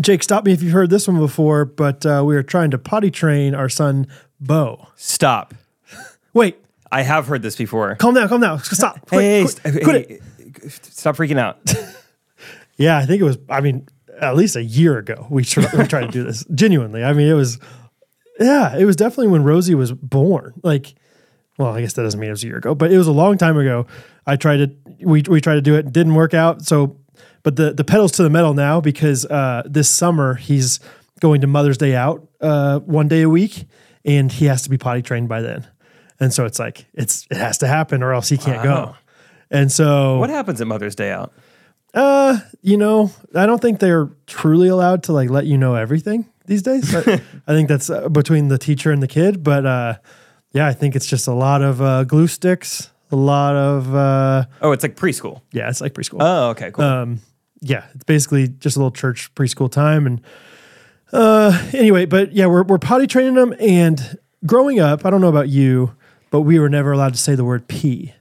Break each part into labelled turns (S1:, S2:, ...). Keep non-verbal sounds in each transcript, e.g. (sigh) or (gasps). S1: Jake, stop me if you've heard this one before, but uh, we are trying to potty train our son, Bo.
S2: Stop.
S1: Wait,
S2: I have heard this before.
S1: calm down, calm down. Stop. Quit,
S2: Hey,
S1: quit,
S2: st-
S1: quit
S2: hey,
S1: it.
S2: stop
S1: (laughs)
S2: freaking out.
S1: Yeah, I think it was, I mean, at least a year ago we tried, we tried to do this. Genuinely. I mean, it was, yeah, it was definitely when Rosie was born. Like, well, I guess that doesn't mean it was a year ago, but it was a long time ago. I tried to, we, we tried to do it, didn't work out. So, but the, the pedal's to the metal now because uh, this summer he's going to Mother's Day out uh, one day a week and he has to be potty trained by then. And so it's like, it's, it has to happen or else he can't go. And so,
S2: what happens at Mother's Day out?
S1: uh, you know, I don't think they're truly allowed to like let you know everything these days. I, I think that's uh, between the teacher and the kid, but uh, yeah, I think it's just a lot of uh, glue sticks, a lot of uh,
S2: Oh, it's like preschool.
S1: yeah, it's like preschool.
S2: Oh, okay, cool.
S1: Uh, yeah, it's basically just a little church preschool time. And uh, anyway, but yeah, we're we're potty training them. And growing up, I don't know about you, but we were never allowed to say the word pee.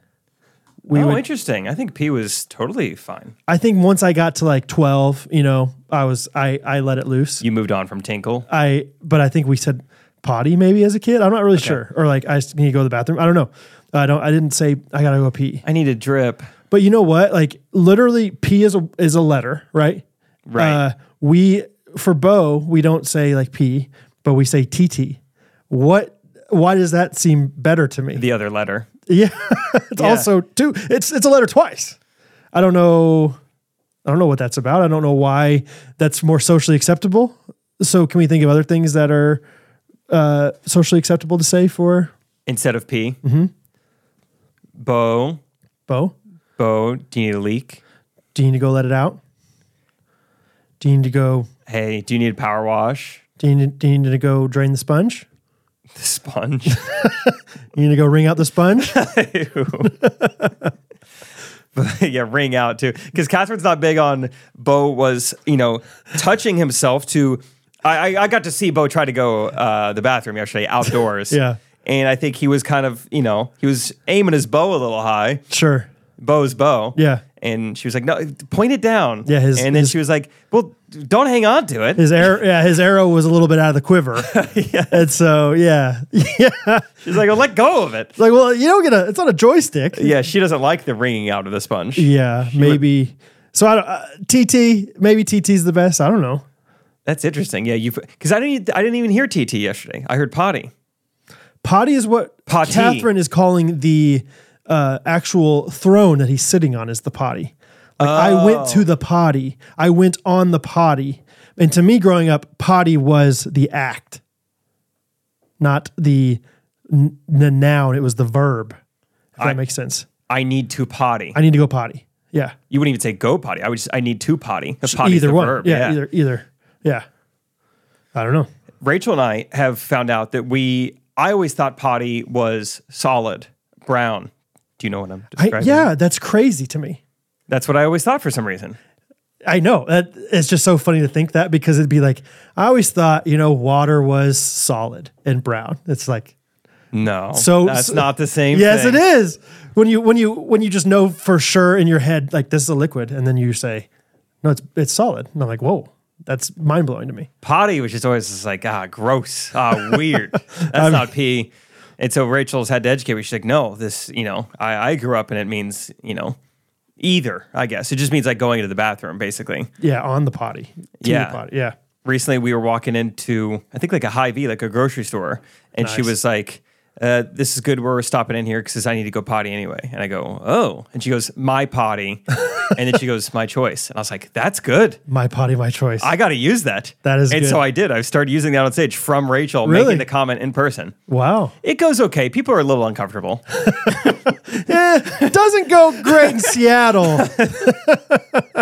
S1: We
S2: oh,
S1: would
S2: interesting. I think P was totally fine.
S1: I think once I got to like 12, you know, I was I I let it loose.
S2: You moved on from Tinkle.
S1: I but I think we said potty maybe as a kid. I'm not really sure. Or like I just need to go to the bathroom. I don't know. I don't I didn't say I got to go pee.
S2: I need a drip.
S1: But you know what? Like literally pee is a is a letter, right? Uh,
S2: Right.
S1: we for Bo, we don't say like pee, but we say TT. What why does that seem better to me?
S2: the other letter.
S1: Yeah. it's
S2: Yeah.
S1: also two. It's it's a letter twice. I don't know. I don't know what that's about. I don't know why that's more socially acceptable. So can we think of other things that are uh, socially acceptable to say for
S2: Instead of P.
S1: Mm-hmm.
S2: Bo,
S1: Bo?
S2: Bo, do you need a leak?
S1: Do you need to go let it out? Do you need to go?
S2: Hey, do you need a power wash?
S1: Do you need, do you need to go drain the sponge?
S2: The sponge.
S1: You need to go wring out the sponge.
S2: Ew. But, (laughs) yeah, ring out too. Because Catherine's not big on Bo was, you know, touching himself to. I, I, I got to see Bo try to go uh, the
S1: (laughs)
S2: bathroom yesterday outdoors.
S1: Yeah.
S2: And I think he was kind of, you know, he was aiming his bow a little high.
S1: sure.
S2: Bo's bow.
S1: Yeah.
S2: And she was like, no, point it down.
S1: Yeah, his-
S2: and then
S1: his-
S2: she was like, well, don't hang on to it.
S1: His arrow, yeah, his arrow was a little bit out of the quiver, and so yeah, (laughs) yeah.
S2: She's like, well, let go
S1: (laughs)
S2: of it.
S1: It's like, well, you don't get a. It's not a joystick.
S2: Yeah, she doesn't like the wringing out of the sponge.
S1: Yeah, maybe. so I don't, uh, TT, maybe TT's the best. I don't know.
S2: That's interesting. Yeah, you because I didn't I didn't even hear TT yesterday. I heard potty.
S1: Potty is what
S2: Potty.
S1: Catherine is calling the uh, actual throne that he's sitting on is the potty. Like I went to
S2: Oh.
S1: the potty. I went on the potty. And to me, growing up, potty was the act, not the n- the noun. It was the verb. If that makes sense.
S2: I need to potty.
S1: I need to go potty. Yeah.
S2: you wouldn't even say go potty. I would just I need to potty. A potty's
S1: either
S2: the
S1: one.
S2: verb,
S1: yeah, Either. Either. Yeah. I don't know.
S2: Rachel and I have found out that we I always thought potty was solid brown. Do you know what I'm
S1: I,
S2: describing?
S1: yeah, that's crazy to me.
S2: That's what I always thought for some reason.
S1: I know that it's just so funny to think that because it'd be like I always thought, you know, water was solid and brown. It's like
S2: No.
S1: so
S2: that's
S1: so-
S2: not the same
S1: Yes,
S2: thing.
S1: it is. When you when you when you just know for sure in your head like this is a liquid, and then you say, no, it's it's solid, and I'm like, whoa, that's mind blowing to me.
S2: potty, which is always just like, ah, gross, ah,
S1: (laughs)
S2: weird. That's not pee. And so Rachel's had to educate me. She's like, no, this, you know, I, I grew up and it means, you know, either, I guess. It just means like going into the bathroom, basically.
S1: Yeah, on the potty. To the
S2: Yeah.
S1: potty. yeah.
S2: Recently, we were walking into, I think like a high V, like a grocery store. And she
S1: Nice.
S2: was like, uh, this is good. We're stopping in here because I need to go potty anyway. And I go, oh. And she goes,
S1: (laughs)
S2: my potty. and then she goes, my choice. And I was like, that's good.
S1: My potty, my choice.
S2: I got to use that.
S1: That is
S2: and
S1: good.
S2: so I did. I started using that on stage from Rachel,
S1: Really?
S2: making the comment in person.
S1: wow,
S2: It goes okay. People are a
S1: (laughs)
S2: little uncomfortable.
S1: Eh, doesn't go great in (laughs) Seattle. uh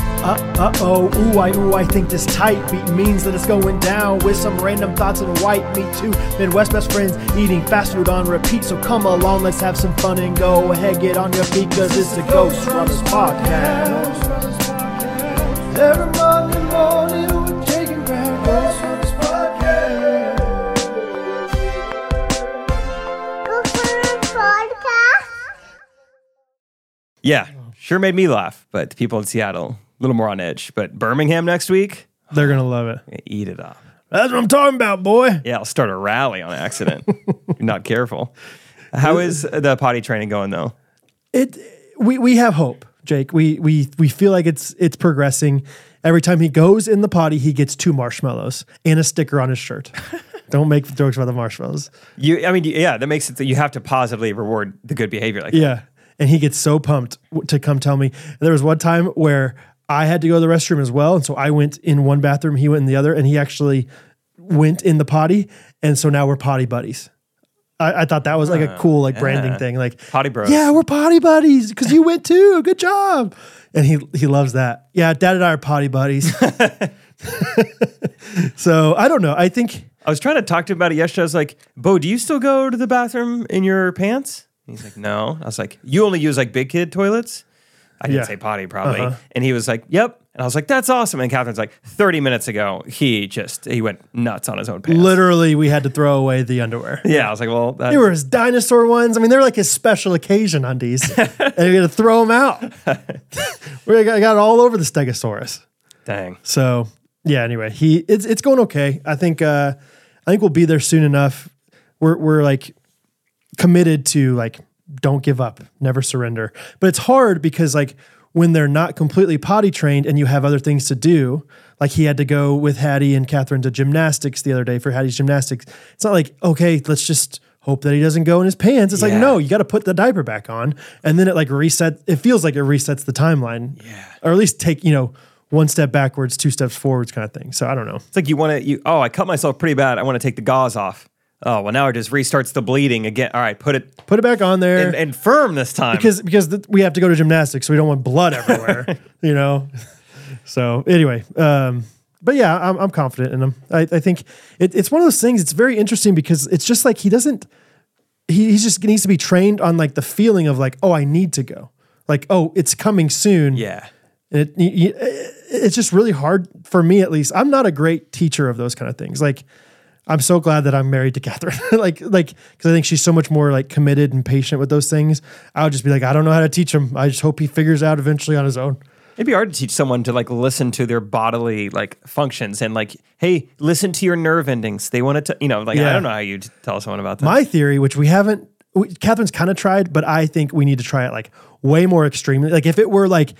S1: uh oh, ooh I ooh I think this tight beat means that it's going down with some random thoughts and white meat too. Midwest best friends eating fast food on repeat, so come along, let's have some fun and go ahead, get on your feet, cause it's the Ghost Runners podcast. Every Monday morning with Jake and Graham, Ghost Runners podcast.
S3: Podcast.
S2: yeah, sure made me laugh, but the people in Seattle little more on edge. But Birmingham next week,
S1: They're gonna love it.
S2: eat it up.
S1: That's what I'm talking about, boy.
S2: Yeah, I'll start a rally on accident. If not careful. How is the potty training going though?
S1: It we we have hope, Jake. We we we feel like it's it's progressing. Every time he goes in the potty, he gets two marshmallows and a sticker on his shirt. Don't make jokes about the marshmallows.
S2: You, I mean, yeah, that makes it that you have to positively reward the good behavior. Like, that.
S1: Yeah. And he gets so pumped w- to come tell me. And there was one time where I had to go to the restroom as well. And so I went in one bathroom, he went in the other, and he actually went in the potty. And so now we're potty buddies. I, I thought that was like a cool like branding
S2: yeah.
S1: thing. Like
S2: Potty bros.
S1: Yeah, we're potty buddies because you went too. Good job. And he he loves that. Yeah, dad and I are potty
S2: (laughs)
S1: buddies. (laughs) so I don't know. I think
S2: I was trying to talk to him about it yesterday. I was like, Bo, do you still go to the bathroom in your pants? And he's like, No. I was like, You only use like big kid toilets? I didn't
S1: Yeah. Uh-huh.
S2: say potty probably. And he was like, Yep. And I was like, That's awesome. And Catherine's like, 30 minutes ago, he just he went nuts on his own pants.
S1: literally we had to throw away the underwear.
S2: yeah. I was like, Well, that's,
S1: They were his dinosaur ones. I mean, they were like his special occasion undies, and we had to throw them out. we got, got it all over the Stegosaurus.
S2: dang.
S1: So yeah. Anyway, he it's it's going okay. I think uh, I think we'll be there soon enough. We're we're like committed to like don't give up, never surrender. But it's hard because like when they're not completely potty trained and you have other things to do, like he had to go with Hattie and Catherine to gymnastics the other day for Hattie's gymnastics. It's not like, okay, let's just hope that he doesn't go in his pants. It's
S2: Yeah.
S1: like, no, you got to put the diaper back on. And then it like resets, it feels like it resets the timeline. Yeah. Or at least take, you know, one step backwards, two steps forwards kind of thing. So I don't know.
S2: It's like you want to you oh, I cut myself pretty bad. I want to take the gauze off. Oh, well now it just restarts the bleeding again. All right, put it
S1: Put it back on there.
S2: and, and firm this time.
S1: because because th- we have to go to gymnastics, so we don't want blood everywhere, you know. So anyway, um, but yeah, I'm, I'm confident in him. I, I think it, it's one of those things. It's very interesting because it's just like he doesn't. He he just needs to be trained on like the feeling of like oh I need to go like oh it's coming soon
S2: yeah.
S1: and it, y- y- it- it's just really hard for me at least. I'm not a great teacher of those kind of things. Like I'm so glad that I'm married to Catherine. (laughs) like like because I think she's so much more like committed and patient with those things. I would just be like, I don't know how to teach him. I just hope he figures out eventually on his own.
S2: It'd be hard to teach someone to like listen to their bodily like functions and like, hey, listen to your nerve endings. They want to, you know, like I
S1: Yeah.
S2: don't know how you tell someone about that.
S1: My theory, which we haven't, we, Catherine's kind of tried, but I think we need to try it like way more extremely. Like if it were like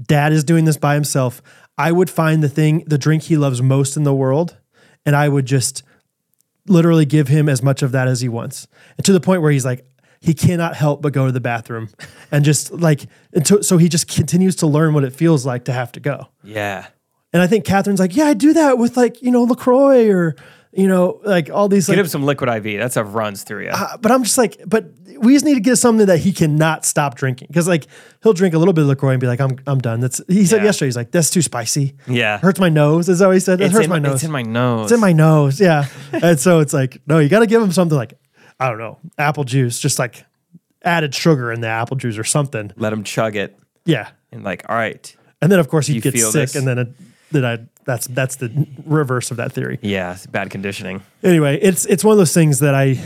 S1: dad is doing this by himself, I would find the thing, the drink he loves most in the world, and I would just literally give him as much of that as he wants. And to the point where he's like, he cannot help but go to the bathroom (laughs) and just like, and to, so he just continues to learn what it feels like to have to go.
S2: yeah,
S1: And I think Catherine's like, yeah, I do that with like, you know, LaCroix or, you know, like all these
S2: get
S1: like
S2: him some liquid IV. That's a runs through you.
S1: uh, but I'm just like, but we just need to get something that he cannot stop drinking because like he'll drink a little bit of Lacroix and be like, I'm I'm done. That's he said
S2: Yeah.
S1: yesterday. He's like, that's too spicy.
S2: Yeah.
S1: hurts my nose. Is that what he said? It
S2: it's,
S1: hurts
S2: in,
S1: my nose.
S2: it's in my nose.
S1: It's in my nose.
S2: (laughs)
S1: Yeah, and so it's like, no, you got to give him something like, I don't know, apple juice, just like added sugar in the apple juice or something.
S2: Let him chug it
S1: Yeah,
S2: and like, all right,
S1: and then of course he
S2: You
S1: gets
S2: feel
S1: sick,
S2: this?
S1: and then it, then I that's that's the reverse of that theory.
S2: yeah, it's bad conditioning.
S1: anyway, it's it's one of those things that I,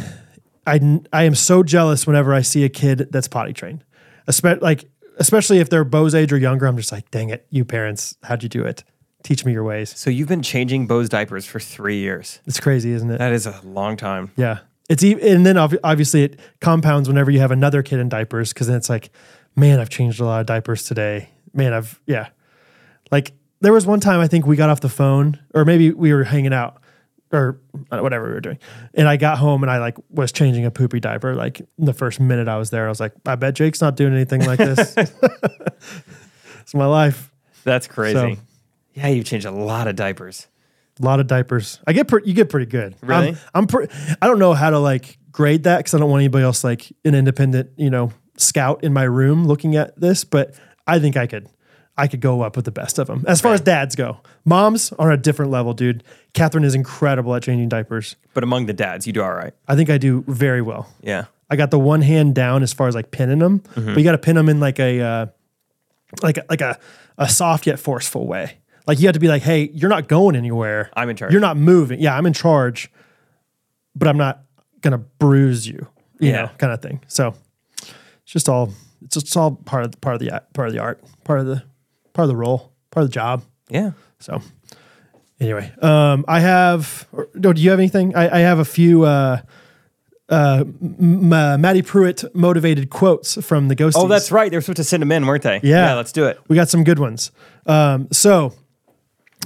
S1: I, I am so jealous whenever I see a kid that's potty trained, Espe- like especially if they're Bo's age or younger. I'm just like, dang it, you parents, how'd you do it? Teach me your ways.
S2: So you've been changing Bo's diapers for three years.
S1: It's crazy, isn't it?
S2: That is a long time.
S1: Yeah, it's e- and then ob- obviously it compounds whenever you have another kid in diapers because then it's like, man, I've changed a lot of diapers today. Man, I've yeah, like there was one time I think we got off the phone or maybe we were hanging out or uh, whatever we were doing, and I got home and I like was changing a poopy diaper like the first minute I was there. I was like, I bet Jake's not doing anything like this. it's my life.
S2: That's crazy.
S1: So-
S2: yeah, you've changed a lot of diapers.
S1: A lot of diapers. I get pre- you get pretty good.
S2: Really?
S1: I'm, I'm pre- I don't know how to like grade that because I don't want anybody else like an independent you know scout in my room looking at this. But I think I could I could go up with the best of them as far as dads go. Moms are on a different level, dude. Catherine is incredible at changing diapers.
S2: But among the dads, you do all right.
S1: I think I do very well.
S2: Yeah.
S1: I got the one hand down as far as like pinning them, but you got to pin them in like a uh, like a- like a a soft yet forceful way. Like you have to be like, hey, you're not going anywhere.
S2: I'm in charge.
S1: You're not moving. Yeah, I'm in charge, but I'm not gonna bruise you. You
S2: Yeah.
S1: know, kind of thing. So it's just all it's just all part of the, part of the act- part of the art, part of the part of the role, part part of the job.
S2: Yeah.
S1: So anyway, um, I have. Or, do you have anything? I, I have a few. Uh, uh, M- M- Matty Pruitt motivated quotes from the Ghosties.
S2: Oh, that's right. They were supposed to send them in, weren't they?
S1: Yeah.
S2: let's do it.
S1: We got some good ones. Um, so,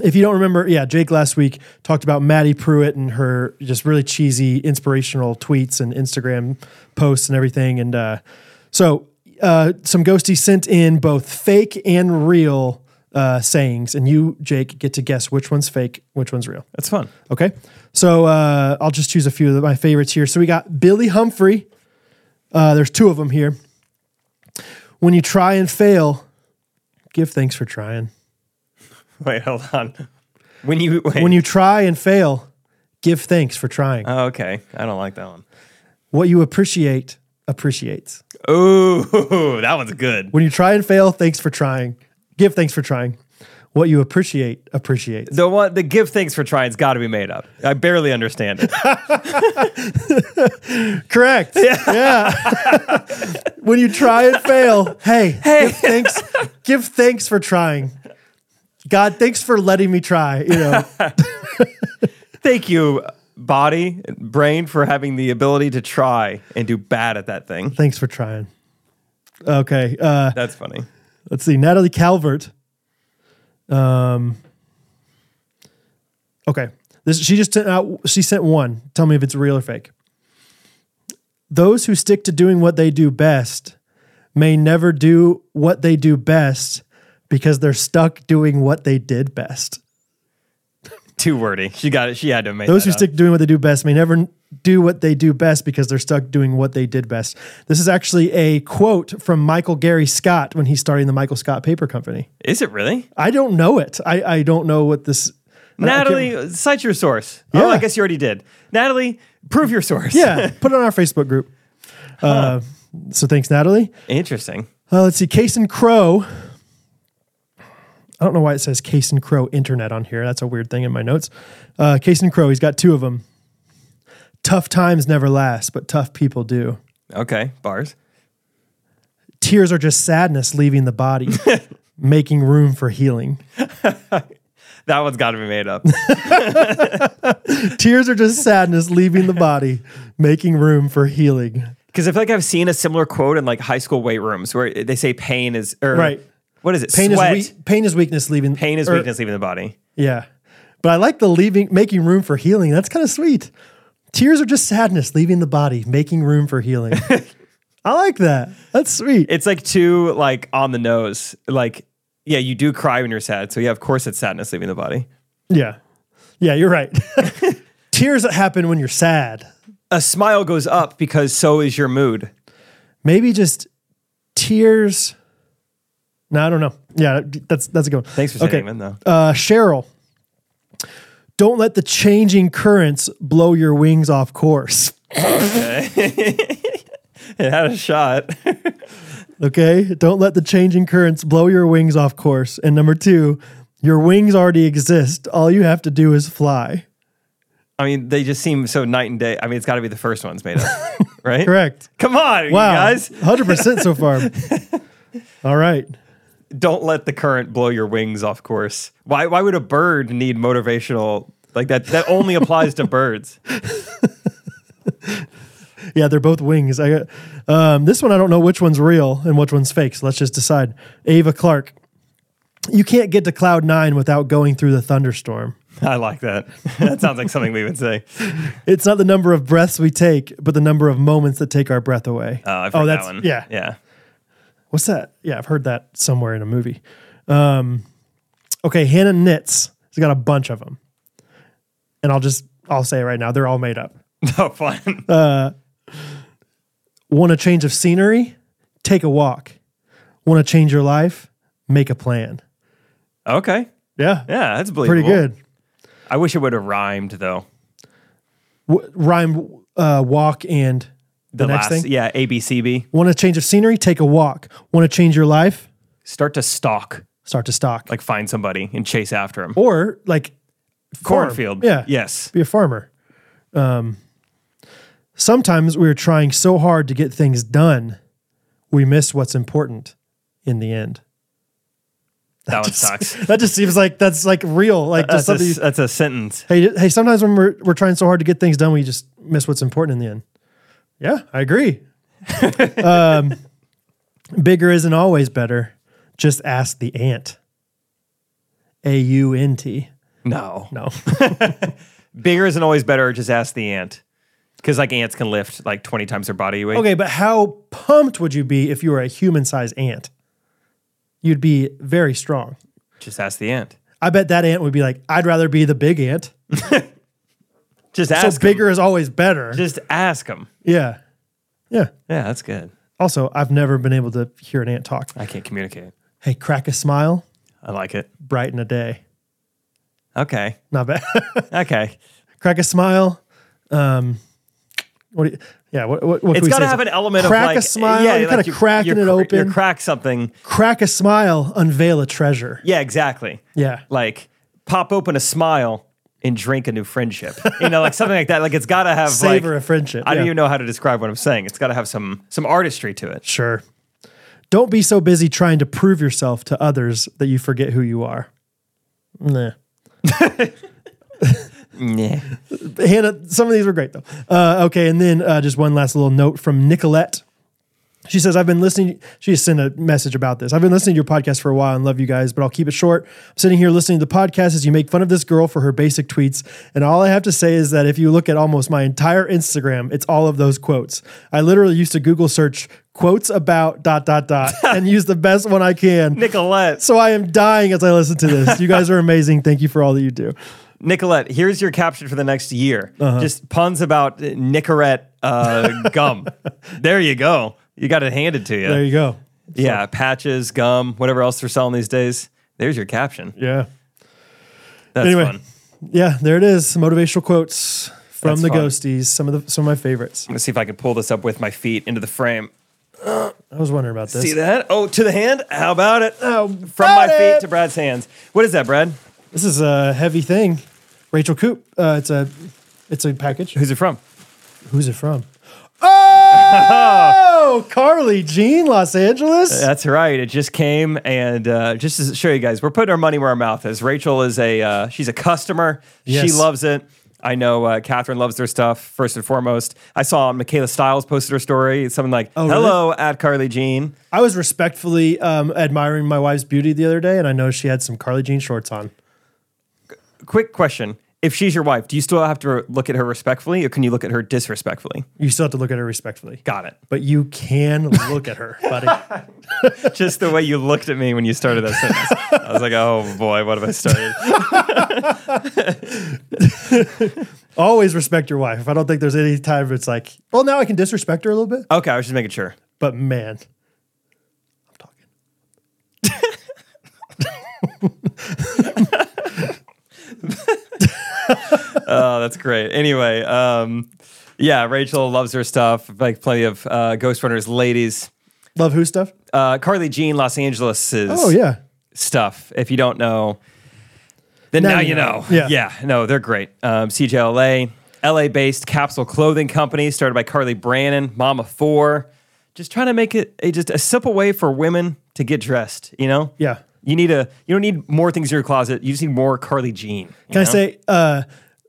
S1: if you don't remember, yeah, Jake last week talked about Maddie Pruitt and her just really cheesy inspirational tweets and Instagram posts and everything. And uh, so, uh, some ghosties sent in both fake and real uh, sayings, and you, Jake, get to guess which one's fake, which one's real.
S2: That's fun.
S1: Okay. So uh, I'll just choose a few of my favorites here. So we got Billy Humphrey. Uh, there's two of them here. When you try and fail, give thanks for trying.
S2: (laughs) Wait, hold on. When you wait.
S1: When you try and fail, give thanks for trying.
S2: oh, okay, I don't like that one.
S1: What you appreciate appreciates.
S2: Ooh, (laughs) that one's good.
S1: When you try and fail, thanks for trying. Give thanks for trying. What you appreciate appreciates.
S2: The one, the give thanks for trying's got to be made up. I barely understand (laughs) it.
S1: Correct. Yeah. (laughs) when you try and fail, (laughs) hey, give thanks. Give thanks for trying. God, thanks for letting me try. You (laughs) know,
S2: Thank you, body, brain, for having the ability to try and do bad at that thing.
S1: thanks for trying. Okay. Uh,
S2: That's funny.
S1: let's see. Natalie Calvert. Um. Okay. This she just sent out. She sent one. Tell me if it's real or fake. Those who stick to doing what they do best may never do what they do best because they're stuck doing what they did best.
S2: Too wordy. She got it. She had to make
S1: Those
S2: that
S1: who
S2: up.
S1: stick to doing what they do best may never do what they do best because they're stuck doing what they did best. This is actually a quote from Michael Gary Scott when he's starting the Michael Scott Paper Company.
S2: Is it really?
S1: I don't know it. I, I don't know what this. I- I can't-
S2: Natalie, cite your source.
S1: Yeah.
S2: Oh, I guess you already did. Natalie, prove your source.
S1: yeah, put it on our Facebook group. Uh, so thanks, Natalie.
S2: (laughs) Interesting.
S1: Uh, let's see, Case and Crow. I don't know why it says Case and Crow Internet on here. That's a weird thing in my notes. Uh, Case and Crow, he's got two of them. Tough times never last, but tough people do.
S2: Okay, bars.
S1: tears are just sadness leaving the body, making room for healing.
S2: That one's got to be
S1: (laughs)
S2: made up.
S1: Tears are just sadness leaving the body, making room for healing.
S2: Because I feel like I've seen a similar quote in like high school weight rooms where they say pain is or
S1: Right.
S2: What is it?
S1: Pain
S2: Sweat.
S1: is weak, Er, pain is weakness leaving
S2: pain is
S1: or-
S2: weakness leaving the body.
S1: Yeah. But I like the leaving making room for healing. That's kind of sweet. Tears are just sadness leaving the body, making room for
S2: (laughs)
S1: healing. I like that. That's sweet.
S2: It's like too like on the nose. Like yeah, you do cry when you're sad. So yeah, of course it's sadness leaving the body.
S1: yeah. Yeah, you're right. (laughs) Tears that happen when you're sad.
S2: A smile goes up because so is your mood.
S1: Maybe just tears. No, I don't know. Yeah, that's that's a good one.
S2: Thanks for sending them in though. (laughs)
S1: uh, Cheryl. Don't let the changing currents blow your wings off course.
S2: It had a shot.
S1: Okay? Don't let the changing currents blow your wings off course. And number two, your wings already exist. All you have to do is fly.
S2: I mean, they just seem so night and day. I mean, it's got to be the first ones made up,
S1: (laughs)
S2: right?
S1: Correct.
S2: Come on, you
S1: Wow. (laughs)
S2: guys.
S1: 100% so far.
S2: (laughs)
S1: All right.
S2: don't let the current blow your wings off course. Why why would a bird need motivational like that that only
S1: (laughs)
S2: applies to birds.
S1: Yeah, they're both wings. I got, um, this one, I don't know which one's real and which one's fake. So let's just decide. Ava Clark. You can't get to Cloud Nine without going through the thunderstorm.
S2: I like that. (laughs) That sounds like something we would
S1: (laughs)
S2: say. Oh,
S1: It's not the number of breaths we take, but the number of moments that take our breath away.
S2: Oh, I've heard
S1: that's
S2: that one.
S1: yeah.
S2: Yeah. (laughs)
S1: What's that? Yeah, I've heard that somewhere in a movie. Um, okay, Hannah Knits. She's got a bunch of them, and I'll just I'll say it right now. They're all made up.
S2: No Oh, fun.
S1: Uh, Want a change of scenery? Take a walk. Want to change your life? Make a plan.
S2: okay.
S1: Yeah,
S2: Yeah, that's believable.
S1: pretty good.
S2: I wish it would have rhymed though.
S1: W- rhyme uh, walk and the, next
S2: last
S1: thing.
S2: yeah, ABCB.
S1: Want a change of scenery? Take a walk. Want to change your life?
S2: Start to stalk,
S1: Start to stalk.
S2: like find somebody and chase after him.
S1: or like farm.
S2: Cornfield.
S1: Yeah.
S2: Yes.
S1: be a farmer. Um, sometimes we're trying so hard to get things done, we miss what's important in the end. (laughs)
S2: That one
S1: just,
S2: sucks.
S1: That just seems like that's like real. Like just
S2: That's a,
S1: something.
S2: s- that's a sentence.
S1: hey, hey. Sometimes when we're we're trying so hard to get things done, we just miss what's important in the end. Yeah, I agree. um, bigger isn't always better. Just ask the ant. A U N T.
S2: No.
S1: No,
S2: Bigger isn't always better. Just ask the ant. Because like ants can lift like 20 times their body weight.
S1: Okay, but how pumped would you be if you were a human sized ant? You'd be very strong.
S2: Just ask the ant.
S1: I bet that ant would be like, I'd rather be the big ant.
S2: Just
S1: So
S2: ask 'em.
S1: bigger is always better.
S2: Just ask them.
S1: yeah. Yeah.
S2: Yeah, that's good.
S1: Also, I've never been able to hear an ant talk.
S2: I can't communicate.
S1: Hey, crack a smile,
S2: I like it.
S1: brighten a day.
S2: Okay.
S1: Not bad. (laughs)
S2: Okay.
S1: crack a smile. Um, what? Do you, yeah. What? What? what
S2: It's
S1: we
S2: got to
S1: say?
S2: have an element
S1: crack
S2: of like
S1: a smile.
S2: Yeah,
S1: you're kind
S2: like
S1: of cracking
S2: you're
S1: it
S2: cr-
S1: open.
S2: You're crack something.
S1: crack a smile, unveil a treasure.
S2: Yeah, exactly.
S1: Yeah.
S2: Like pop open a smile and drink a new friendship. You know, like something like that. Like it's got to have
S1: Savor
S2: like,
S1: a friendship.
S2: I
S1: yeah.
S2: don't even know how to describe what I'm saying. It's got to have some some artistry to it.
S1: Sure. Don't be so busy trying to prove yourself to others that you forget who you are. Nah.
S2: Yeah.
S1: Hannah, some of these were great though. Uh, okay, and then uh, just one last little note from Nicolette. She says, I've been listening. She sent a message about this. I've been listening to your podcast for a while and love you guys, but I'll keep it short. I'm sitting here listening to the podcast as you make fun of this girl for her basic tweets. And all I have to say is that if you look at almost my entire Instagram, it's all of those quotes. I literally used to Google search quotes about dot, dot, dot and use the best one I can.
S2: Nicolette.
S1: So I am dying as I listen to this. You guys are amazing. Thank you for all that you do.
S2: Nicolette, here's your caption for the next year.
S1: Uh-huh.
S2: Just puns about Nicorette uh,
S1: (laughs)
S2: gum. There you go. You got it handed to you.
S1: There you go.
S2: yeah, patches, gum, whatever else they're selling these days. There's your caption.
S1: Yeah.
S2: That's
S1: Anyway.
S2: fun.
S1: Yeah, there it is. Motivational quotes from
S2: That's
S1: the
S2: fun.
S1: ghosties. Some of the some of my favorites.
S2: Let's see if I can pull this up with my feet into the frame.
S1: I was wondering about this.
S2: See that? Oh, to the hand? How about it?
S1: How
S2: From my
S1: about
S2: feet
S1: it?
S2: to Brad's hands. What is that, Brad?
S1: This is a heavy thing. Rachel Coop. Uh, it's a it's a package.
S2: Who's it from?
S1: Who's it from?
S2: (laughs)
S1: Oh, Carly Jean, Los Angeles.
S2: That's right. It just came, and uh, just to show you guys, we're putting our money where our mouth is. Rachel is a uh, she's a customer.
S1: Yes.
S2: She loves it. I know uh, Catherine loves their stuff first and foremost. I saw Michaela Stiles posted her story. Something like,
S1: really?
S2: "Hello at Carly Jean."
S1: I was respectfully um, admiring my wife's beauty the other day, and I know she had some Carly Jean shorts on.
S2: Quick question: If she's your wife, do you still have to look at her respectfully, or can you look at her disrespectfully?
S1: You still have to look at her respectfully,
S2: Got it.
S1: but you can look at her, buddy.
S2: (laughs) just the way you looked at me when you started that sentence. I was like, "Oh boy, what have I started?"
S1: Always respect your wife. I don't think there's any time it's like, well, now I can disrespect her a little bit.
S2: (laughs) Okay, I was just making sure.
S1: But man, I'm talking.
S2: Oh, that's great. Anyway, um, yeah, Rachel loves her stuff. Like plenty of uh, Ghost Runners ladies.
S1: Love who stuff?
S2: Uh, Carly Jean, Los Angeles's
S1: Oh yeah.
S2: stuff. If you don't know, then
S1: Now
S2: now,
S1: you
S2: you,
S1: know.
S2: know.
S1: Yeah.
S2: no, they're great. Um, CJLA, LA based capsule clothing company started by Carly Brannon, Mama Four. Just trying to make it a, just a simple way for women to get dressed, you know?
S1: Yeah.
S2: You need a you don't need more things in your closet. You just need more Carly Jean. you
S1: Can I
S2: know?
S1: say uh,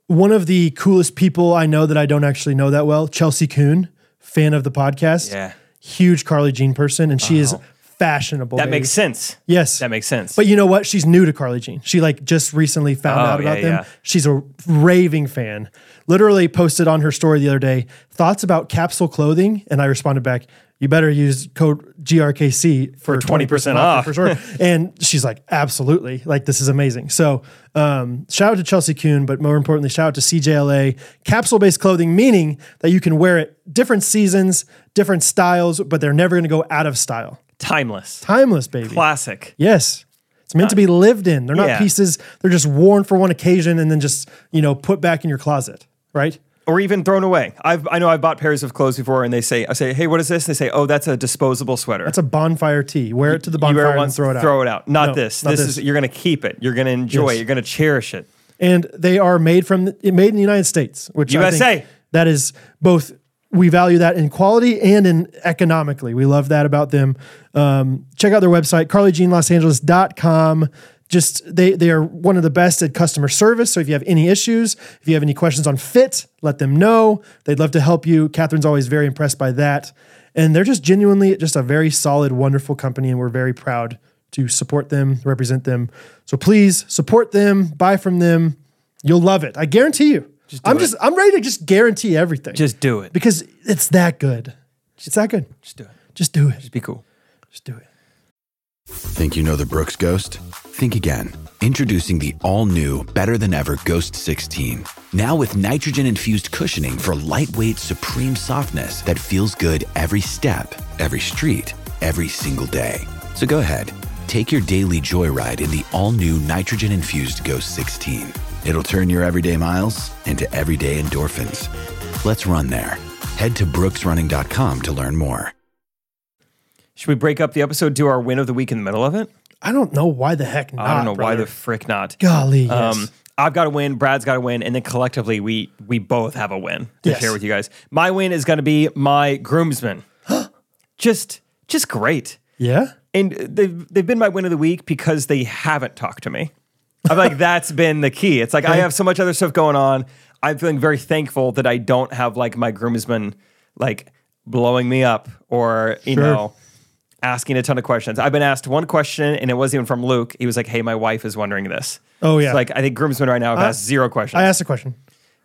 S1: one of the coolest people I know that I don't actually know that well, Chelsea Kuhn, fan of the podcast.
S2: Yeah.
S1: Huge Carly Jean person, and she is fashionable.
S2: that
S1: baby.
S2: makes sense?
S1: Yes.
S2: That makes sense.
S1: But you know what? She's new to Carly Jean. She like just recently found
S2: Oh,
S1: out about
S2: yeah,
S1: them.
S2: yeah.
S1: She's a raving fan. Literally posted on her story the other day thoughts about capsule clothing, and I responded back, "You better use code GRKC for twenty
S2: 20%
S1: percent off
S2: off."
S1: for sure." (laughs) and she's like, "Absolutely! Like this is amazing." So um, shout out to Chelsea Kuhn, but more importantly, shout out to CJLA capsule based clothing, meaning that you can wear it different seasons, different styles, but they're never going to go out of style.
S2: timeless,
S1: Timeless, baby.
S2: classic.
S1: Yes. It's meant to be lived in. They're not
S2: Yeah.
S1: pieces. They're just worn for one occasion and then just, you know, put back in your closet, right?
S2: or even thrown away. I've I know I've bought pairs of clothes before, and they say I say, hey, what is this? They say, oh, that's a disposable sweater.
S1: It's a bonfire tee. Wear it to the
S2: you
S1: bonfire
S2: wear it
S1: and
S2: once,
S1: throw it out.
S2: Not
S1: No,
S2: this.
S1: not
S2: this.
S1: this.
S2: is you're gonna keep it. You're gonna enjoy.
S1: Yes.
S2: it. You're gonna cherish it.
S1: And they are made from made in the United States, which I think
S2: USA.
S1: that is both we value that in quality and in economically. We love that about them. Um, check out their website, carlyjeanlosangeles.com. Just they they are one of the best at customer service. So if you have any issues, if you have any questions on fit, let them know. They'd love to help you. Catherine's always very impressed by that. And they're just genuinely just a very solid, wonderful company, and we're very proud to support them, represent them. So please support them, buy from them. You'll love it. I guarantee you.
S2: Just do
S1: I'm
S2: it.
S1: just I'm ready to just guarantee everything
S2: Just do it.
S1: because it's that good. It's that good.
S2: Just do it.
S1: Just do it.
S2: Just be cool.
S1: Just do it.
S3: Think you know the Brooks Ghost? Think again. Introducing the all new, better than ever Ghost 16. Now with nitrogen infused cushioning for lightweight, supreme softness that feels good every step, every street, every single day. So go ahead, take your daily joyride in the all new nitrogen infused Ghost 16. It'll turn your everyday miles into everyday endorphins. Let's run there. Head to brooksrunning.com to learn more.
S2: Should we break up the episode? Do our win of the week in the middle of it?
S1: I don't know why the heck not.
S2: I don't know
S1: Ah,
S2: why
S1: brother.
S2: the frick not.
S1: golly. Yes.
S2: Um, I've got to win. Brad's got to win, and then collectively we we both have a win to
S1: Yes.
S2: share with you guys. My win is going to be
S1: (gasps)
S2: my groomsmen. just just great,
S1: yeah.
S2: and they've they've been my win of the week because they haven't talked to me. I'm like (laughs) that's been the key. It's like I have so much other stuff going on. I'm feeling very thankful that I don't have like my groomsmen like blowing me up or you
S1: Sure.
S2: know asking a ton of questions. I've been asked one question and it wasn't even from Luke. He was like, "Hey, my wife is wondering this."
S1: Oh, yeah.
S2: So, like I think groomsmen right now have asked zero questions.
S1: I asked a question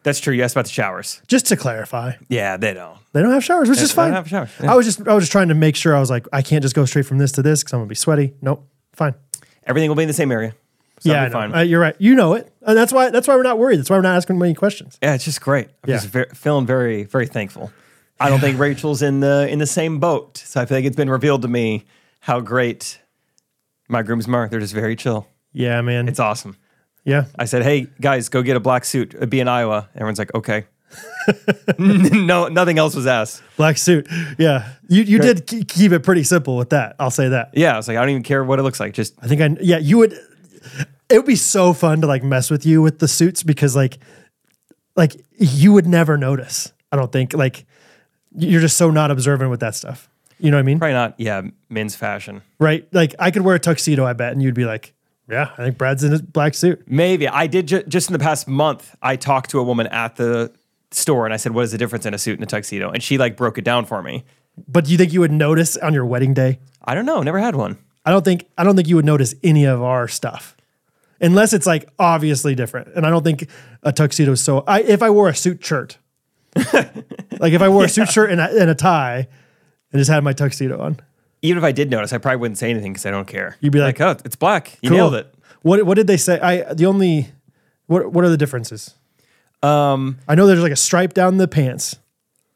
S2: That's true. You asked about the showers.
S1: just to clarify.
S2: Yeah, they don't.
S1: They don't have showers, which is
S2: they
S1: fine.
S2: don't have showers, yeah.
S1: I was just I was just trying to make sure I was like I can't just go straight from this to this because I'm gonna be sweaty. Nope. Fine.
S2: Everything will be in the same area. So
S1: yeah.
S2: yeah,
S1: I know.
S2: fine.
S1: Uh, you're right. You know it. And that's why that's why we're not worried. That's why we're not asking many questions.
S2: yeah, it's just great. I'm
S1: Yeah.
S2: just ver- feeling very, very thankful. I don't think Rachel's in the in the same boat. So I feel like it's been revealed to me how great my grooms are. They're just very chill.
S1: Yeah, man.
S2: It's awesome.
S1: yeah.
S2: I said, "Hey guys, go get a black suit. It'd Be in Iowa." Everyone's like, "Okay." no, nothing else was asked.
S1: Black suit. Yeah. You you did ke- keep it pretty simple with that. I'll say that.
S2: Yeah, I was like, I don't even care what it looks like. Just
S1: I think I yeah, you would it would be so fun to like mess with you with the suits because like like you would never notice. I don't think like you're just so not observant with that stuff. You know what I mean? Right.
S2: probably not. Yeah, men's fashion.
S1: Like I could wear a tuxedo, I bet, and you'd be like, "Yeah, I think Brad's in his black suit."
S2: Maybe I did ju- just in the past month. I talked to a woman at the store and I said, "What is the difference in a suit and a tuxedo?" And she like broke it down for me.
S1: But do you think you would notice on your wedding day?
S2: I don't know. Never had one.
S1: I don't think I don't think you would notice any of our stuff. Unless it's like obviously different. And I don't think a tuxedo is so I if I wore a suit
S2: (laughs)
S1: shirt. like if I wore a suit shirt and a, and a tie and just had my tuxedo on.
S2: Even if I did notice, I probably wouldn't say anything because I don't care.
S1: You'd be like,
S2: "Oh, it's black. You
S1: Cool.
S2: nailed it."
S1: What what did they say? I the only what what are the differences?
S2: Um,
S1: I know there's like a stripe down the pants.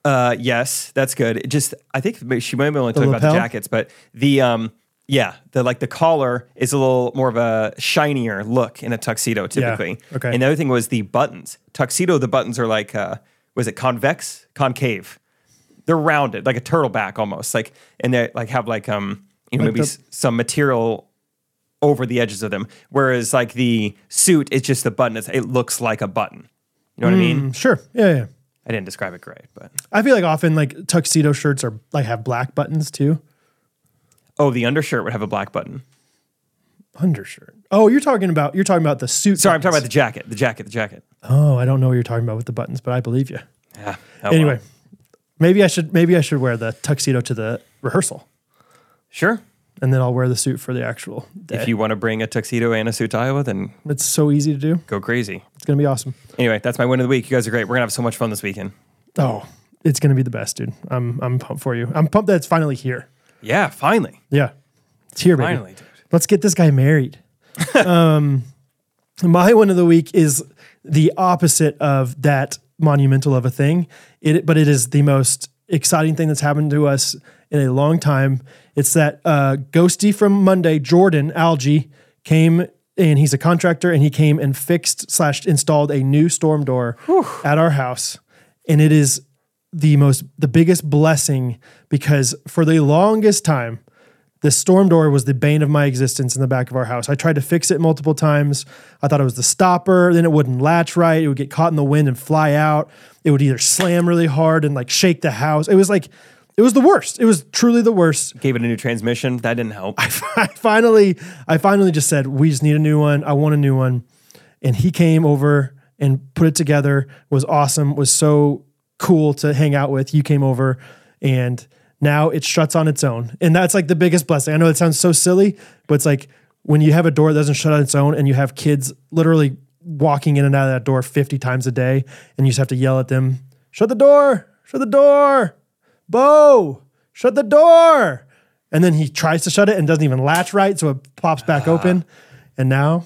S2: uh, yes, that's good. It just I think ma- she might be only talking about the
S1: lapel?
S2: jackets, but the um, yeah, the like the collar is a little more of a shinier look in a tuxedo typically.
S1: Okay.
S2: And the other thing was the buttons. Tuxedo, the buttons are like uh, was it convex, concave? they're rounded like a turtleback almost like and they like have like um you know
S1: Like
S2: maybe
S1: the-
S2: s- some material over the edges of them whereas like the suit it's just the button it's, it looks like a button you know what i mean
S1: Mm, Sure. Yeah, yeah.
S2: i didn't describe it great but
S1: I feel like often like tuxedo shirts are like have black buttons too.
S2: oh the undershirt would have a black button
S1: Undershirt. Oh, you're talking about you're talking about the suit.
S2: sorry i'm talking about the jacket the jacket the jacket
S1: Oh, I don't know what you're talking about with the buttons, but I believe you.
S2: yeah, oh, well.
S1: anyway, maybe I should maybe I should wear the tuxedo to the rehearsal,
S2: sure
S1: and then I'll wear the suit for the actual day.
S2: if you want to bring a tuxedo and a suit to iowa then
S1: it's so easy to do.
S2: go crazy
S1: It's gonna be awesome.
S2: anyway that's my win of the week you guys are great we're gonna have so much fun this weekend
S1: Oh, it's gonna be the best, dude. I'm I'm pumped for you. I'm pumped that it's finally here.
S2: yeah finally
S1: Yeah, it's here, baby.
S2: finally dude
S1: Let's get this guy married. um, my one of the week is the opposite of that monumental of a thing. It, but it is the most exciting thing that's happened to us in a long time. It's that uh, ghosty from Monday, Jordan Algie, came and he's a contractor and he came and fixed slash installed a new storm door at our house, and it is the most the biggest blessing because for the longest time This storm door was the bane of my existence in the back of our house. I tried to fix it multiple times. I thought it was the stopper, then it wouldn't latch right. It would get caught in the wind and fly out. It would either slam really hard and like shake the house. It was like, it was the worst. It was truly the worst. (laughs)
S2: Gave it a new transmission. That didn't (laughs) help.
S1: I finally, I finally just said, we just need a new one. I want a new one. And he came over and put it together. Was awesome. Was so cool to hang out with. You came over, and now it shuts on its own. And that's like the biggest blessing. I know it sounds so silly, but it's like when you have a door that doesn't shut on its own, and you have kids literally walking in and out of that door fifty times a day, and you just have to yell at them, "Shut the door! Shut the door! Bo, shut the door!" And then he tries to shut it and doesn't even latch right, so it pops back open. And now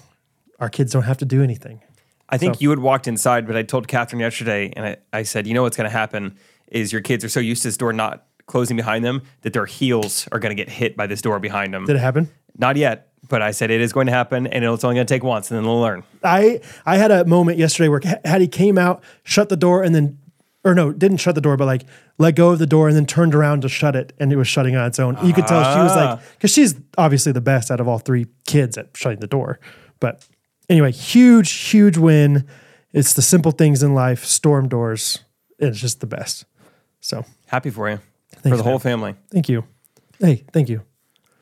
S1: our kids don't have to do anything.
S2: I think you had walked inside, but I told Catherine yesterday, and I, I said, you know what's going to happen is your kids are so used to this door not closing behind them that their heels are going to get hit by this door behind them.
S1: Did it happen?
S2: Not yet, but I said it is going to happen, and it's only going to take once, and then they'll learn.
S1: I I had a moment yesterday where H- Hattie came out, shut the door, and then, or no, didn't shut the door, but like let go of the door and then turned around to shut it, and it was shutting on its own. You could tell she was like, because she's obviously the best out of all three kids at shutting the door. But anyway, huge, huge win. It's the simple things in life. Storm doors. It's just the best. So
S2: Happy for you, for
S1: Thanks,
S2: the whole
S1: man.
S2: family.
S1: thank you. Hey, thank you.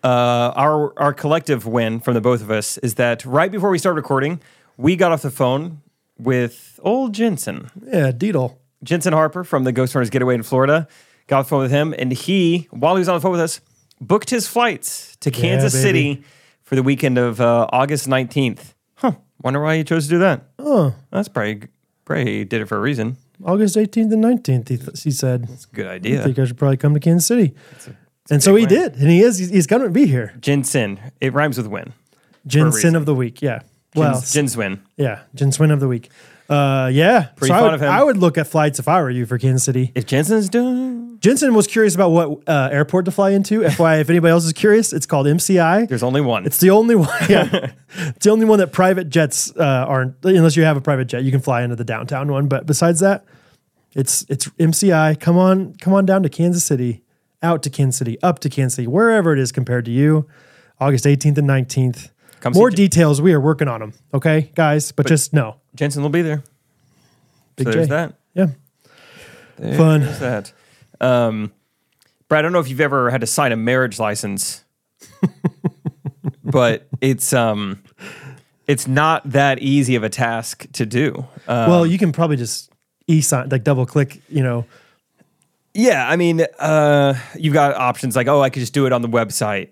S2: uh, our our collective win from the both of us is that right before we started recording, we got off the phone with old Jensen,
S1: Yeah, Deedle.
S2: Jensen Harper from the Ghost Runners Getaway in Florida. Got off the phone with him, and he, while he was on the phone with us, booked his flights to Kansas
S1: baby.
S2: City for the weekend of uh, August nineteenth. Huh? Wonder why he chose to do that. Oh, that's probably probably he did it for a reason.
S1: August 18th and 19th, he, th- he said.
S2: Good
S1: I
S2: idea.
S1: think I should probably come to Kansas City. and so he
S2: win.
S1: did. And he is. He's, he's going to be here.
S2: Jensen. It rhymes with win. reason.
S1: Jensen of the week. Yeah. Well,
S2: Jens, Jens win.
S1: yeah. Jensen of the week. Uh, yeah.
S2: Pretty
S1: I
S2: fond
S1: would,
S2: of him.
S1: I would look at flights if I were you for Kansas City.
S2: If Jensen's doing,
S1: Jensen was curious about what uh, airport to fly into. (laughs) FYI, if anybody else is curious, it's called MCI.
S2: there's only one.
S1: It's the only one. Yeah, (laughs) it's the only one that private jets uh, aren't. Unless you have a private jet, you can fly into the downtown one. But besides that, it's it's MCI. Come on, come on down to Kansas City, out to Kansas City, up to Kansas City, wherever it is compared to you. August 18th and 19th.
S2: Come see
S1: More
S2: J-
S1: details. We are working on them. Okay, guys, but, just know.
S2: Jensen will be there.
S1: Big
S2: so there's
S1: J.
S2: that.
S1: Yeah.
S2: There's
S1: Fun.
S2: that. Um, Brad, I don't know if you've ever had to sign a
S1: (laughs)
S2: marriage license, but it's um, it's not that easy of a task to do. Uh,
S1: well, you can probably just e sign like double click. You know.
S2: yeah, I mean, uh, you've got options like, oh, I could just do it on the website.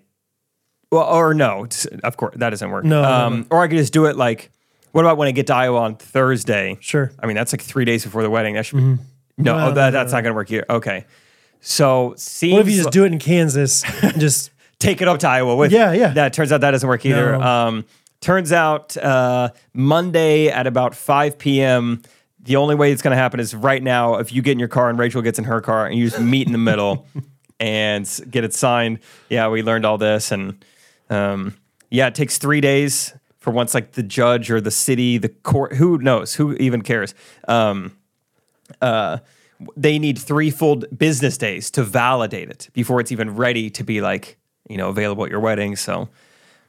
S2: Well, or no, it's- of course that doesn't work.
S1: No, no,
S2: um, or I could just do it like, what about when I get to Iowa on Thursday?
S1: Sure. Mm-hmm.
S2: I mean, that's like three days before the wedding. That should be, no,
S1: No,
S2: oh,
S1: no,
S2: that,
S1: no,
S2: that's not going to work here. Okay. So, seems
S1: What if you just
S2: li-
S1: do it in Kansas? And
S2: (laughs)
S1: just
S2: take it up to Iowa with.
S1: Yeah, yeah.
S2: That turns out that doesn't work either.
S1: No.
S2: Um, turns out uh, Monday at about 5 p.m. The only way it's going to happen is right now if you get in your car and Rachel gets in her car and you just meet in
S1: (laughs)
S2: the middle and s- get it signed. Yeah, we learned all this and um, yeah, it takes three days for once like the judge or the city, the court, who knows, who even cares. Um, uh, they need three full business days to validate it before it's even ready to be like you know available at your wedding so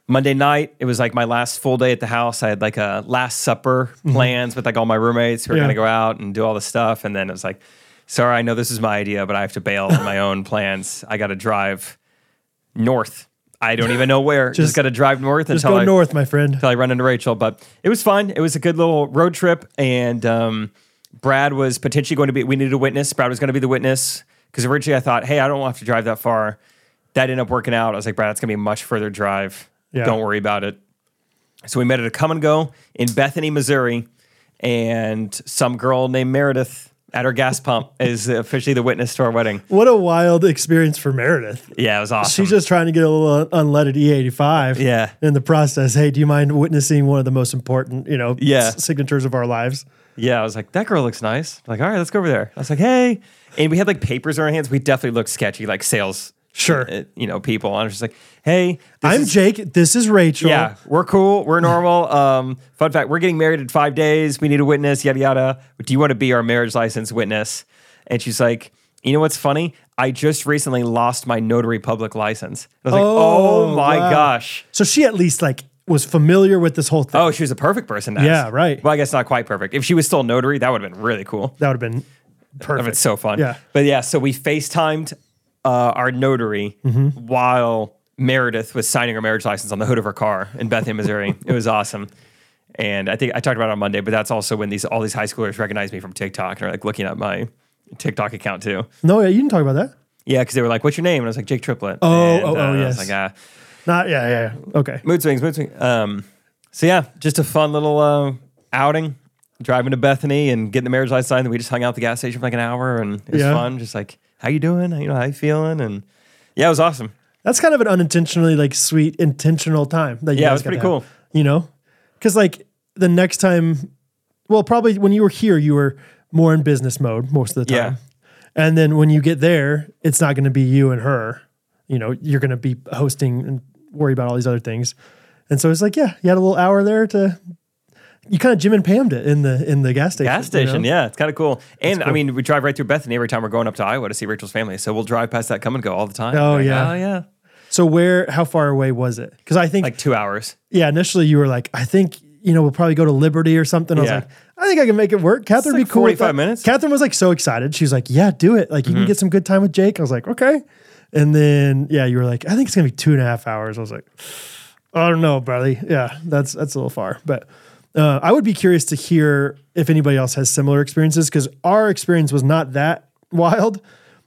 S2: monday night it was like my last full day at the house i had like a last supper plans with like all my roommates who were
S1: Mm-hmm. Yeah.
S2: going to go out and do all this stuff and then it was like sorry i know this is my idea but i have to bail
S1: (laughs)
S2: on my own plans i got to drive north i don't even know where just,
S1: Just-
S2: got to drive north
S1: just
S2: until
S1: go
S2: I,
S1: north, my friend.
S2: until I run into Rachel. But it was fun. It was a good little road trip. And um, Brad was potentially going to be, we needed a witness. Brad was going to be the witness because originally I thought, hey, I don't have to drive that far. That ended up working out. I was like, Brad, it's going to be a much further drive.
S1: Yeah.
S2: Don't worry about it. So we met at a come and go in Bethany, Missouri. And some girl named Meredith at her gas pump is officially the witness to our wedding.
S1: What a wild experience for Meredith.
S2: Yeah, it was awesome.
S1: She's just trying to get a little unleaded E85.
S2: Yeah.
S1: In the process, hey, do you mind witnessing one of the most important, you know,
S2: Yeah.
S1: s- signatures of our lives?
S2: Yeah, I was like, that girl looks nice. like, all right, let's go over there. I was like, hey. And we had like papers in our hands. We definitely looked sketchy, like sales,
S1: Sure.
S2: uh, you know, people. And I was just like, hey, this
S1: I'm
S2: is-
S1: Jake. This is Rachel.
S2: yeah, we're cool, we're normal. Um, fun fact: we're getting married in five days. We need a witness. Yada yada. Do you want to be our marriage license witness? And she's like, you know what's funny? I just recently lost my notary public license. I was like, oh, my
S1: wow.
S2: gosh.
S1: So she at least like was familiar with this whole thing.
S2: Oh, she was a perfect person. to ask.
S1: Yeah, right.
S2: Well, I guess not quite perfect. If she was still a notary, that would have been really cool.
S1: That would have been
S2: If
S1: perfect.
S2: it's so fun.
S1: Yeah.
S2: But yeah, so we FaceTimed uh, our notary while Meredith was signing her marriage license on the hood of her car in Bethany, Missouri. it was awesome. And I think I talked about it on Monday, but that's also when these all these high schoolers recognize me from TikTok and are like looking at my TikTok account too.
S1: No, yeah, you didn't talk about that.
S2: Yeah, because they were like, "What's your name?" And I was like, "Jake Triplett."
S1: Oh,
S2: and,
S1: oh, oh,
S2: I was
S1: yes.
S2: Like, ah,
S1: Not yeah, yeah, yeah. Okay.
S2: mood swings, mood swings. Um, so yeah, just a fun little uh, outing, driving to Bethany and getting the marriage license signed. We just hung out at the gas station for like an hour, and it was
S1: Yeah.
S2: fun. Just like, how you doing? You know, how you feeling? And yeah, it was awesome.
S1: That's kind of an unintentionally like sweet intentional time. That you
S2: Yeah, it
S1: guys
S2: was
S1: got to
S2: pretty
S1: have,
S2: cool.
S1: You know, because like the next time, well, probably when you were here, you were more in business mode most of the time.
S2: Yeah.
S1: And then when you get there, it's not going to be you and her. You know, you're going to be hosting and worry about all these other things. And so it's like, yeah, you had a little hour there to. You kind of Jim and Pammed it in the in the gas station.
S2: Gas station, yeah, it's kind of cool. And I mean, we drive right through Bethany every time we're going up to Iowa to see Rachel's family, so we'll drive past that come and go all the time.
S1: Oh,
S2: Like,
S1: yeah.
S2: oh yeah,
S1: So where? How far away was it? Because I think
S2: like two hours.
S1: yeah, initially you were like, I think, you know, we'll probably go to Liberty or something. I was
S2: Yeah.
S1: like, I think I can make it work. Catherine would
S2: like
S1: be cool. with
S2: 45
S1: that.
S2: minutes.
S1: Catherine was like so excited. She was like, Yeah, do it. Like, you can get some good time with Jake. I was like, Okay. And then, yeah, you were like, I think it's going to be two and a half hours. I was like, I don't know, Bradley. Yeah, that's that's a little far. But uh, I would be curious to hear if anybody else has similar experiences because our experience was not that wild.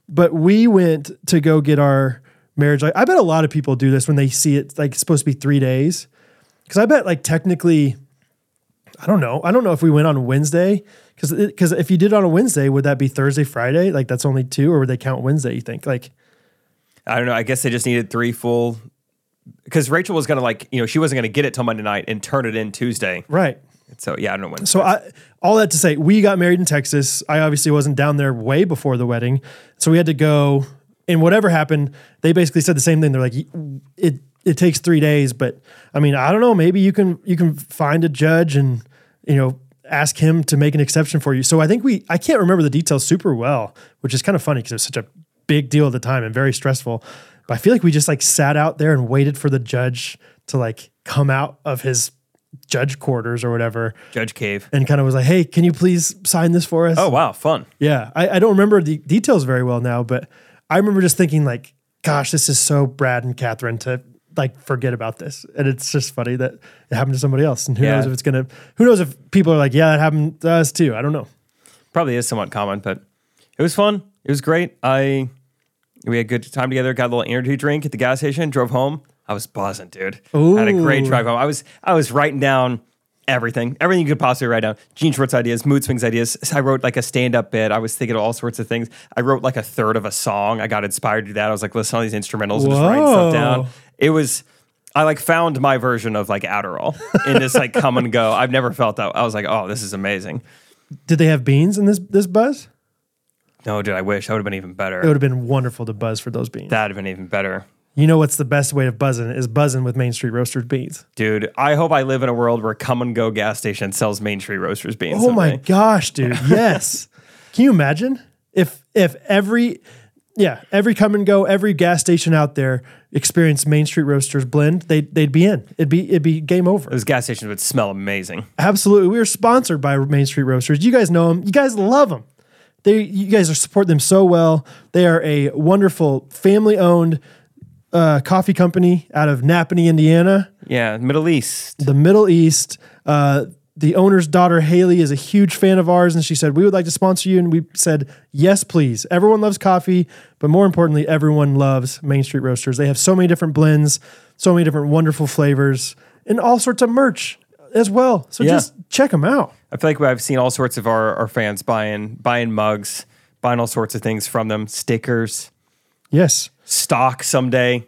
S1: But we went to go get our marriage. li- I bet a lot of people do this when they see it like it's supposed to be three days. Because I bet like technically, I don't know. I don't know if we went on Wednesday because because if you did on a Wednesday, would that be Thursday, Friday? Like that's only two, or would they count Wednesday? You think like
S2: I don't know. I guess they just needed three full. Because Rachel was gonna like, you know, she wasn't gonna get it till Monday night and turn it in Tuesday.
S1: right?
S2: So yeah, I don't know when.
S1: So I all that to say, we got married in Texas. I obviously wasn't down there way before the wedding, so we had to go. And whatever happened, they basically said the same thing. They're like, it it takes three days, but I mean, I don't know. Maybe you can you can find a judge and you know ask him to make an exception for you. So I think we I can't remember the details super well, which is kind of funny because it was such a big deal at the time and very stressful. But I feel like we just like sat out there and waited for the judge to like come out of his judge quarters or whatever
S2: Judge Cave.
S1: and kind of was like, "Hey, can you please sign this for us?"
S2: Oh wow, fun.
S1: yeah. I, I don't remember the details very well now, but I remember just thinking like, "Gosh, this is so Brad and Catherine to like forget about this," and it's just funny that it happened to somebody else, and who
S2: Yeah.
S1: knows if it's gonna, who knows if people are like, "Yeah, that happened to us too." I don't know.
S2: probably is somewhat common, but it was fun. It was great. I we had a good time together. Got a little energy drink at the gas station. Drove home. I was buzzing, dude. Had a great
S1: Ooh.
S2: drive home. I was I was writing down everything, everything you could possibly write down. Gene Schwartz ideas, mood swings ideas. I wrote like a stand up bit. I was thinking of all sorts of things. I wrote like a third of a song. I got inspired to that. I was like, listen to all these instrumentals and just writing
S1: Whoa.
S2: stuff down. It was. I like found my version of like Adderall in this like come and go. I've never felt that. I was like, oh, this is amazing.
S1: Did they have beans in this this buzz?
S2: No, dude, I wish that would have been even better.
S1: It would have been wonderful to buzz for those beans.
S2: That'd have been even better.
S1: you know what's the best way of buzzing is buzzing with Main Street Roasters beans.
S2: Dude, I hope I live in a world where come and go gas station sells Main Street Roasters beans.
S1: Oh my
S2: someday.
S1: gosh, dude. Yes. Can you imagine if if every yeah, every come and go, every gas station out there experienced Main Street Roasters blend, they would they'd be in. It'd be it'd be game over.
S2: Those gas stations would smell amazing.
S1: Absolutely. We are sponsored by Main Street Roasters. You guys know them. You guys love them. They you guys are support them so well. They are a wonderful family-owned uh, coffee company out of Napanee, Indiana
S2: Yeah, Middle East.
S1: the Middle East. Uh, the owner's daughter Haley is a huge fan of ours, and she said we would like to sponsor you. And we said yes, please. Everyone loves coffee, but more importantly, everyone loves Main Street Roasters. They have so many different blends, so many different wonderful flavors, and all sorts of merch as well. So
S2: Yeah.
S1: just check them out.
S2: I feel like I've seen all sorts of our, our fans buying buying mugs, buying all sorts of things from them, stickers,
S1: Yes,
S2: stock someday.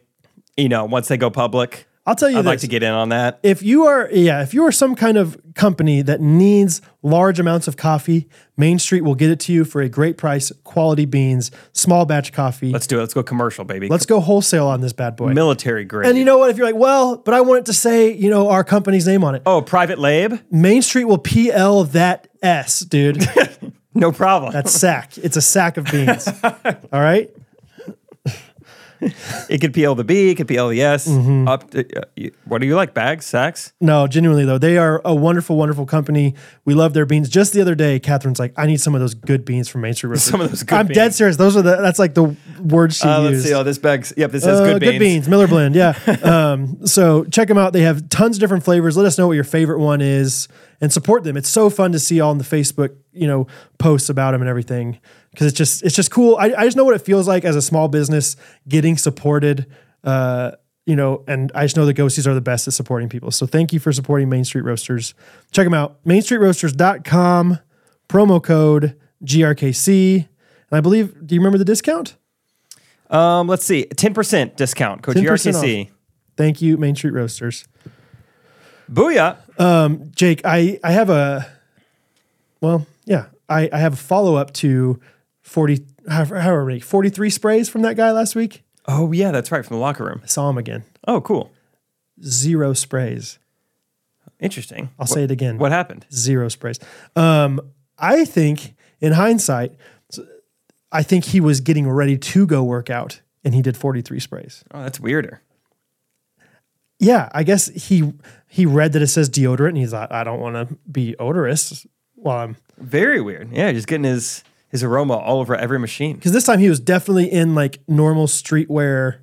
S2: You know, once they go public.
S1: I'll tell you.
S2: I'd like
S1: this.
S2: to get in on that.
S1: if you are yeah if you are some kind of company that needs large amounts of coffee main street will get it to you for a great price quality beans small batch coffee
S2: Let's do it. Let's go commercial, baby.
S1: Let's go wholesale on this bad boy.
S2: military grade.
S1: and you know what? If you're like, well, but I want it to say, you know, our company's name on it.
S2: oh, private lab?
S1: Main Street will PL that S, dude.
S2: (laughs) No problem.
S1: That's sack. It's a sack of beans. All right.
S2: it could peel the B, it could peel the S.
S1: Mm-hmm.
S2: Up, to, uh, you- what do you like?
S1: (laughs)
S2: Bags, sacks?
S1: No, genuinely though, they are a wonderful, wonderful company. We love their beans. Just the other day, Catherine's like, "I need some of those good beans from Main Street Roasted."
S2: Some of those good
S1: I'm
S2: beans.
S1: dead serious. Those are the. That's like the word she
S2: Uh, let's
S1: used.
S2: see. Oh, this bag's. Yep, this says
S1: Uh,
S2: good beans.
S1: Miller Blend.
S2: (laughs)
S1: Yeah. um, so check them out. They have tons of different flavors. Let us know what your favorite one is and support them. It's so fun to see all in the Facebook, you know, posts about them and everything because it's just it's just cool. I, I just know what it feels like as a small business getting supported. Uh, you know, and I just know the Ghosties are the best at supporting people. So thank you for supporting Main Street Roasters. Check them out. MainStreetRoasters.com, promo code GRKC. And I believe, do you remember the discount?
S2: Um, let's see. Ten percent discount. Code
S1: 10%
S2: GRKC.
S1: off. Thank you, Main Street Roasters.
S2: Booyah!
S1: Jake, I, I have a, well, yeah, I, I have a follow up to 40, however, however many, 43 sprays from that guy last week.
S2: oh yeah, that's right from the locker room.
S1: I saw him again.
S2: Oh, cool.
S1: Zero sprays.
S2: Interesting.
S1: I'll say it again.
S2: What happened?
S1: Zero sprays. Um, I think in hindsight, I think he was getting ready to go work out and he did 43 sprays.
S2: Oh, that's weirder.
S1: yeah, I guess he he read that it says deodorant and he's like, I don't want to be odorous while I'm
S2: Very weird. Yeah, just getting his his aroma all over every machine.
S1: because this time he was definitely in like normal streetwear,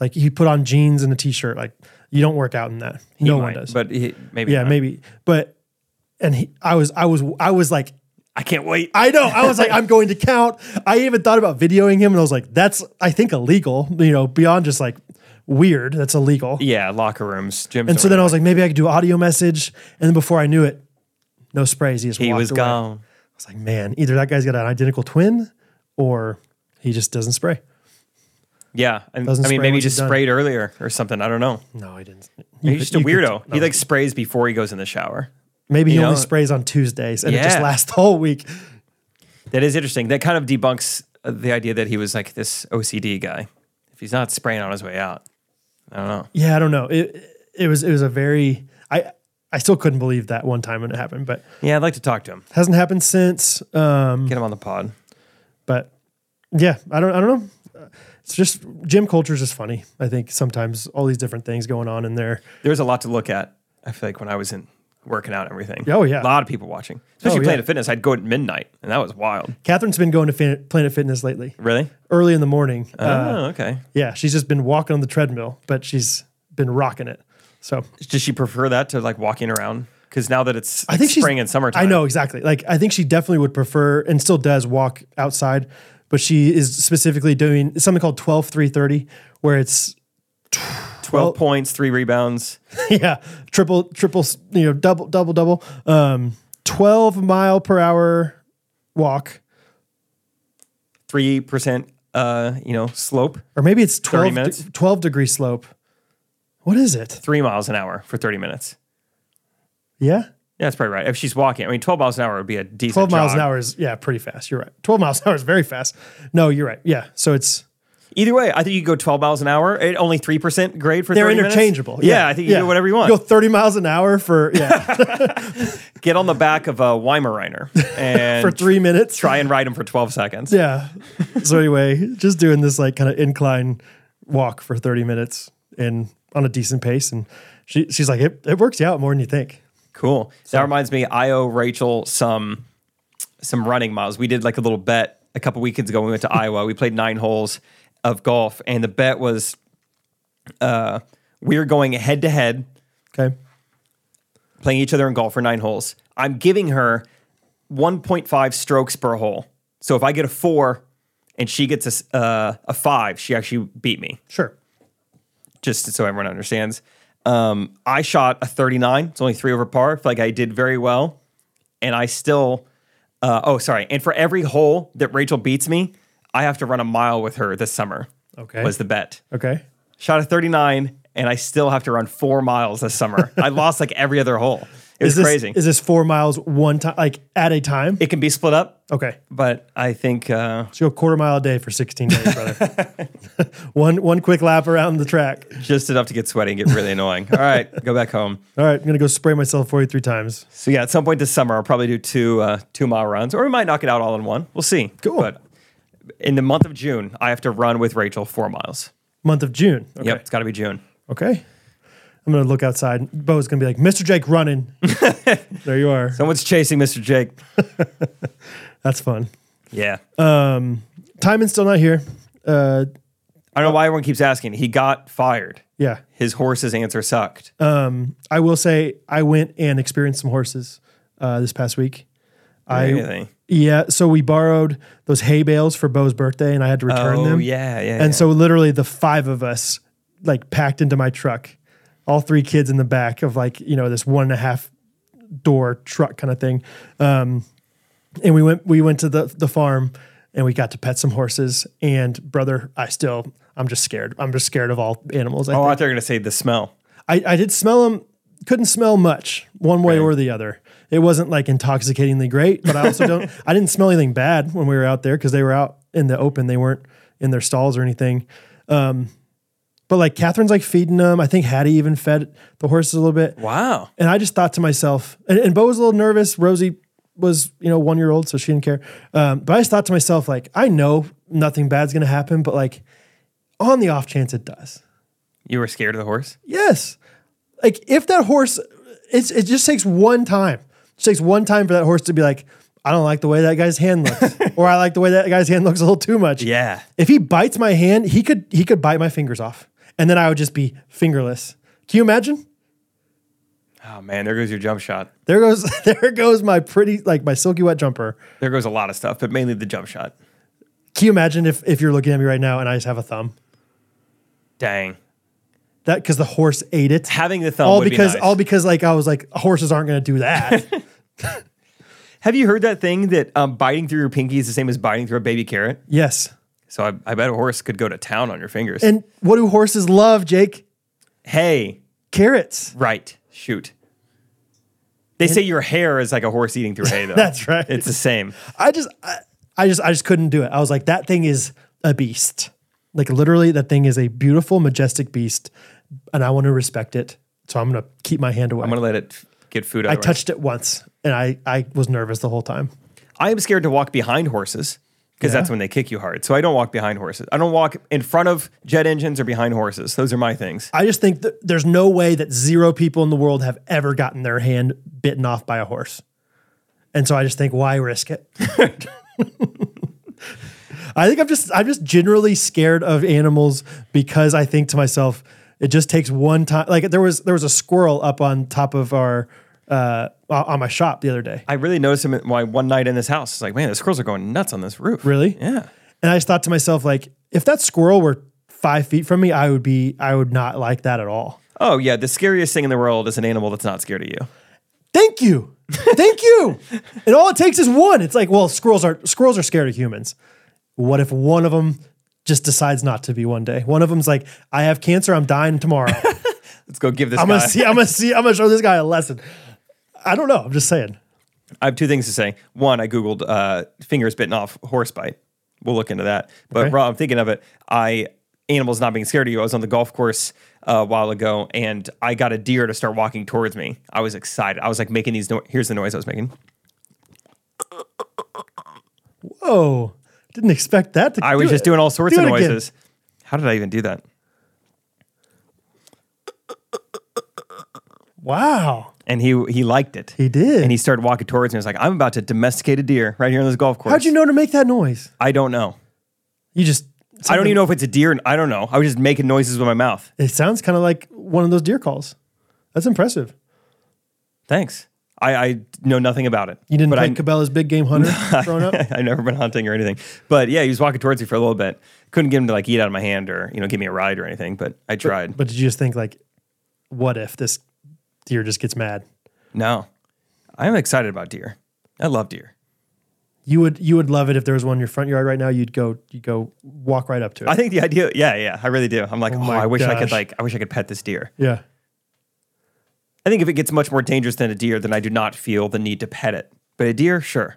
S1: like he put on jeans and a t-shirt. Like you don't work out in that. no one
S2: Might,
S1: does.
S2: But he, maybe.
S1: yeah,
S2: not.
S1: maybe. But and he, I was I was I was like
S2: I can't wait.
S1: I know. I was like, I'm going to count. I even thought about videoing him, and I was like, that's I think illegal. You know, beyond just like weird. That's illegal.
S2: yeah, locker rooms, gyms.
S1: And so then I was like, maybe I could do audio message. And then before I knew it, no sprays. He just
S2: he
S1: walked
S2: was
S1: away.
S2: gone.
S1: I was like, man, either that guy's got an identical twin, or he just doesn't spray.
S2: Yeah, and,
S1: Doesn't
S2: I
S1: spray
S2: mean, maybe
S1: what
S2: he
S1: he's
S2: just
S1: done.
S2: sprayed earlier or something. I don't know.
S1: No, he didn't.
S2: He's just a weirdo. he like sprays before he goes in the shower.
S1: Maybe he
S2: you
S1: only
S2: know-
S1: sprays on Tuesdays, and it just
S2: Yeah.
S1: lasts the whole week.
S2: That is interesting. That kind of debunks uh, the idea that he was like this OCD guy. If he's not spraying on his way out, I don't know.
S1: Yeah, I don't know. It it was it was a very I I still couldn't believe that one time when it happened, but
S2: Yeah, I'd like to talk to him.
S1: hasn't happened since. Um,
S2: Get him on the pod.
S1: but yeah, I don't I don't know. It's just gym culture is just funny. I think sometimes all these different things going on in there.
S2: There's a lot to look at. I feel like when I was in working out and everything.
S1: Oh, yeah.
S2: a lot of people watching,
S1: Oh,
S2: especially
S1: yeah.
S2: playing Planet Fitness. I'd go at midnight, and that was wild.
S1: Catherine's been going to fin- Planet Fitness lately,
S2: Really?
S1: early in the morning. Uh,
S2: oh, okay.
S1: yeah, she's just been walking on the treadmill, but she's been rocking it. So
S2: Does she prefer that to like walking around? Because now that it's
S1: I think she's
S2: spring and summertime,
S1: I know exactly. Like I think she definitely would prefer and still does walk outside, but she is specifically doing something called 12 330 where it's (laughs)
S2: twelve points, three rebounds.
S1: yeah, triple triple you know double double double um 12 mile per hour walk
S2: three percent uh you know slope
S1: or maybe it's 12
S2: minutes?
S1: de- 12 degree slope. What is it?
S2: three miles an hour for 30 minutes
S1: Yeah?
S2: yeah that's probably right if she's walking i mean 12 miles an hour would be a decent
S1: 12 miles an
S2: jog.
S1: hour is yeah, pretty fast. You're right. 12 miles an hour is very fast. No, you're right. Yeah. So it's
S2: either way i think you could go 12 miles an hour at only 3% grade for
S1: they're
S2: 30 minutes.
S1: interchangeable.
S2: yeah, i think you can do whatever you want
S1: Go 30 miles an hour for
S2: (laughs)
S1: yeah,
S2: get on the back of a
S1: (laughs)
S2: weimaraner and
S1: for 3 minutes.
S2: try and ride him for 12 seconds
S1: Yeah. So anyway, just doing this like kind of incline walk for 30 minutes and on a decent pace. And she, she's like, it, it works you out more than you think.
S2: Cool. That reminds me, I owe Rachel some some running miles. We did like a little bet a couple weekends ago when we
S1: (laughs)
S2: went to Iowa. We played nine holes of golf, and the bet was uh we were going head to head,
S1: Okay.
S2: playing each other in golf for nine holes. I'm giving her 1.5 strokes per hole. So if I get a four and she gets a, s- uh, a five, she actually beat me
S1: Sure.
S2: just so everyone understands. Um, I shot a 39. It's only three over par. I feel like I did very well. And I still, uh, oh, sorry. And for every hole that Rachel beats me, I have to run a mile with her this summer.
S1: Okay.
S2: Was the bet.
S1: Okay.
S2: Shot a 39, and I still have to run four miles this summer. I (laughs) lost like every other hole. It was
S1: is this,
S2: crazy.
S1: Is this four miles one time, like at a time?
S2: it can be split up,
S1: Okay.
S2: but I think, uh,
S1: So go quarter mile a day for 16 days, brother.
S2: (laughs)
S1: one, one quick lap around the track.
S2: just enough to get sweaty and get really annoying. All right, go back home.
S1: All right. I'm going to go spray myself 43 times.
S2: So yeah, at some point this summer, I'll probably do two uh, two mile runs, or we might knock it out all in one. We'll see.
S1: Cool.
S2: But in the month of June, I have to run with Rachel four miles.
S1: Month of June. Okay.
S2: Yep, it's got to be June.
S1: Okay. I'm gonna look outside. Bo's gonna be like, Mr. Jake
S2: (laughs)
S1: running. there you are.
S2: Someone's chasing Mr. Jake.
S1: That's fun.
S2: Yeah.
S1: Timon's still not here. Uh,
S2: I don't know why everyone keeps asking. He got fired.
S1: yeah.
S2: His horse's answer sucked.
S1: Uh, I will say I went and experienced some horses uh, this past week. I
S2: Really?
S1: yeah. So we borrowed those hay bales for Bo's birthday, and I had to return
S2: Oh,
S1: them.
S2: yeah, yeah.
S1: And
S2: yeah.
S1: so literally the five of us like packed into my truck, all three kids in the back of like, you know, this one and a half door truck kind of thing. Um, and we went, we went to the, the farm and we got to pet some horses and brother, I still, I'm just scared. I'm just scared of all animals. I,
S2: oh, I
S1: think.
S2: thought they were going to say the smell.
S1: I, I did smell them. Couldn't smell much one way or the other. It wasn't like intoxicatingly great, but I also don't, I didn't smell anything bad when we were out there because they were out in the open. They weren't in their stalls or anything. Um, But like Catherine's like feeding them. I think Hattie even fed the horses a little bit.
S2: Wow.
S1: And I just thought to myself, and, and Bo was a little nervous. Rosie was, you know, one year old, so she didn't care. Um, but I just thought to myself, like, I know nothing bad's gonna happen, but like on the off chance it does.
S2: You were scared of the horse?
S1: Yes. Like if that horse it's it just takes one time. It just takes one time for that horse to be like, I don't like the way that guy's hand
S2: (laughs)
S1: looks. or I like the way that guy's hand looks a little too much
S2: Yeah.
S1: if he bites my hand, he could he could bite my fingers off, and then I would just be fingerless. Can you imagine?
S2: Oh, man. There goes your jump shot.
S1: There goes (laughs) there goes my pretty like my silky wet jumper.
S2: There goes a lot of stuff, but mainly the jump shot.
S1: Can you imagine if if you're looking at me right now and I just have a thumb?
S2: Dang.
S1: That because the horse ate it.
S2: Having the thumb
S1: all
S2: would
S1: because
S2: be nice.
S1: all because like I was like horses aren't going to do that. (laughs)
S2: Have you heard that thing that um, biting through your pinky is the same as biting through a baby carrot?
S1: yes.
S2: So I, I bet a horse could go to town on your fingers.
S1: And what do horses love, Jake?
S2: hey,
S1: Carrots.
S2: right, shoot. They say your hair is like a horse eating
S1: (laughs)
S2: through hay, though.
S1: That's right.
S2: It's the same.
S1: I just I, I just I just couldn't do it. I was like that thing is a beast. Like literally that thing is a beautiful majestic beast and I want to respect it. So I'm going to keep my hand away.
S2: I'm gonna let it f- get food.
S1: I
S2: Otherwise.
S1: touched it once and I, I was nervous the whole time.
S2: I am scared to walk behind horses because that's when they kick you hard. So I don't walk behind horses. I don't walk in front of jet engines or behind horses. Those are my things.
S1: I just think that there's no way that zero people in the world have ever gotten their hand bitten off by a horse. And so I just think why risk it? (laughs) I think I'm just I'm just generally scared of animals because I think to myself it just takes one time like there was there was a squirrel up on top of our uh on on my shop the other day.
S2: I really noticed them why one night in this house. It's like, man, the squirrels are going nuts on this roof.
S1: Really?
S2: Yeah.
S1: And I just thought to myself, like, if that squirrel were five feet from me, I would be, I would not like that at all.
S2: Oh yeah. The scariest thing in the world is an animal that's not scared of you.
S1: Thank you, thank you. And all it takes is one. It's like, well, squirrels are squirrels are scared of humans. What if one of them just decides not to be one day? One of them's like, I have cancer, I'm dying tomorrow.
S2: (laughs) Let's go give this
S1: I'm
S2: guy.
S1: gonna see, I'm gonna see, I'm gonna show this guy a lesson. I don't know. I'm just saying.
S2: I have two things to say. One, I googled uh, fingers bitten off horse bite. We'll look into that. But
S1: Okay.
S2: Rob, I'm thinking of it. I animals not being scared of you. I was on the golf course uh, a while ago, and I got a deer to start walking towards me. I was excited. I was like making these. No- Here's the noise I was making.
S1: Whoa, didn't expect that. to
S2: I
S1: do
S2: was just
S1: it.
S2: doing all sorts
S1: Do
S2: of
S1: it again.
S2: noises. How did I even do that?
S1: Wow,
S2: And he he liked it.
S1: he did.
S2: And he started walking towards me. I was like, I'm about to domesticate a deer right here on this golf course.
S1: How'd you know to make that noise?
S2: I don't know.
S1: You just.
S2: I don't even know if it's a deer. I don't know. I was just making noises with my mouth.
S1: It sounds kind of like one of those deer calls. That's impressive.
S2: Thanks. I, I know nothing about it.
S1: You didn't
S2: but
S1: play
S2: I, (laughs)
S1: Cabela's Big Game Hunter growing up?
S2: I've never been hunting or anything. But yeah, he was walking towards me for a little bit. Couldn't get him to like eat out of my hand or, you know, give me a ride or anything, but I tried.
S1: But did you just think like, what if this deer just gets mad?
S2: no. I'm excited about deer. I love deer.
S1: You would you would love it if there was one in your front yard right now. You'd go you go walk right up to it.
S2: I think the idea, yeah, yeah, I really do. I'm like, oh,
S1: my
S2: I wish I could
S1: gosh.
S2: like, I wish I could pet this deer.
S1: yeah.
S2: I think if it gets much more dangerous than a deer, then I do not feel the need to pet it. But a deer, sure.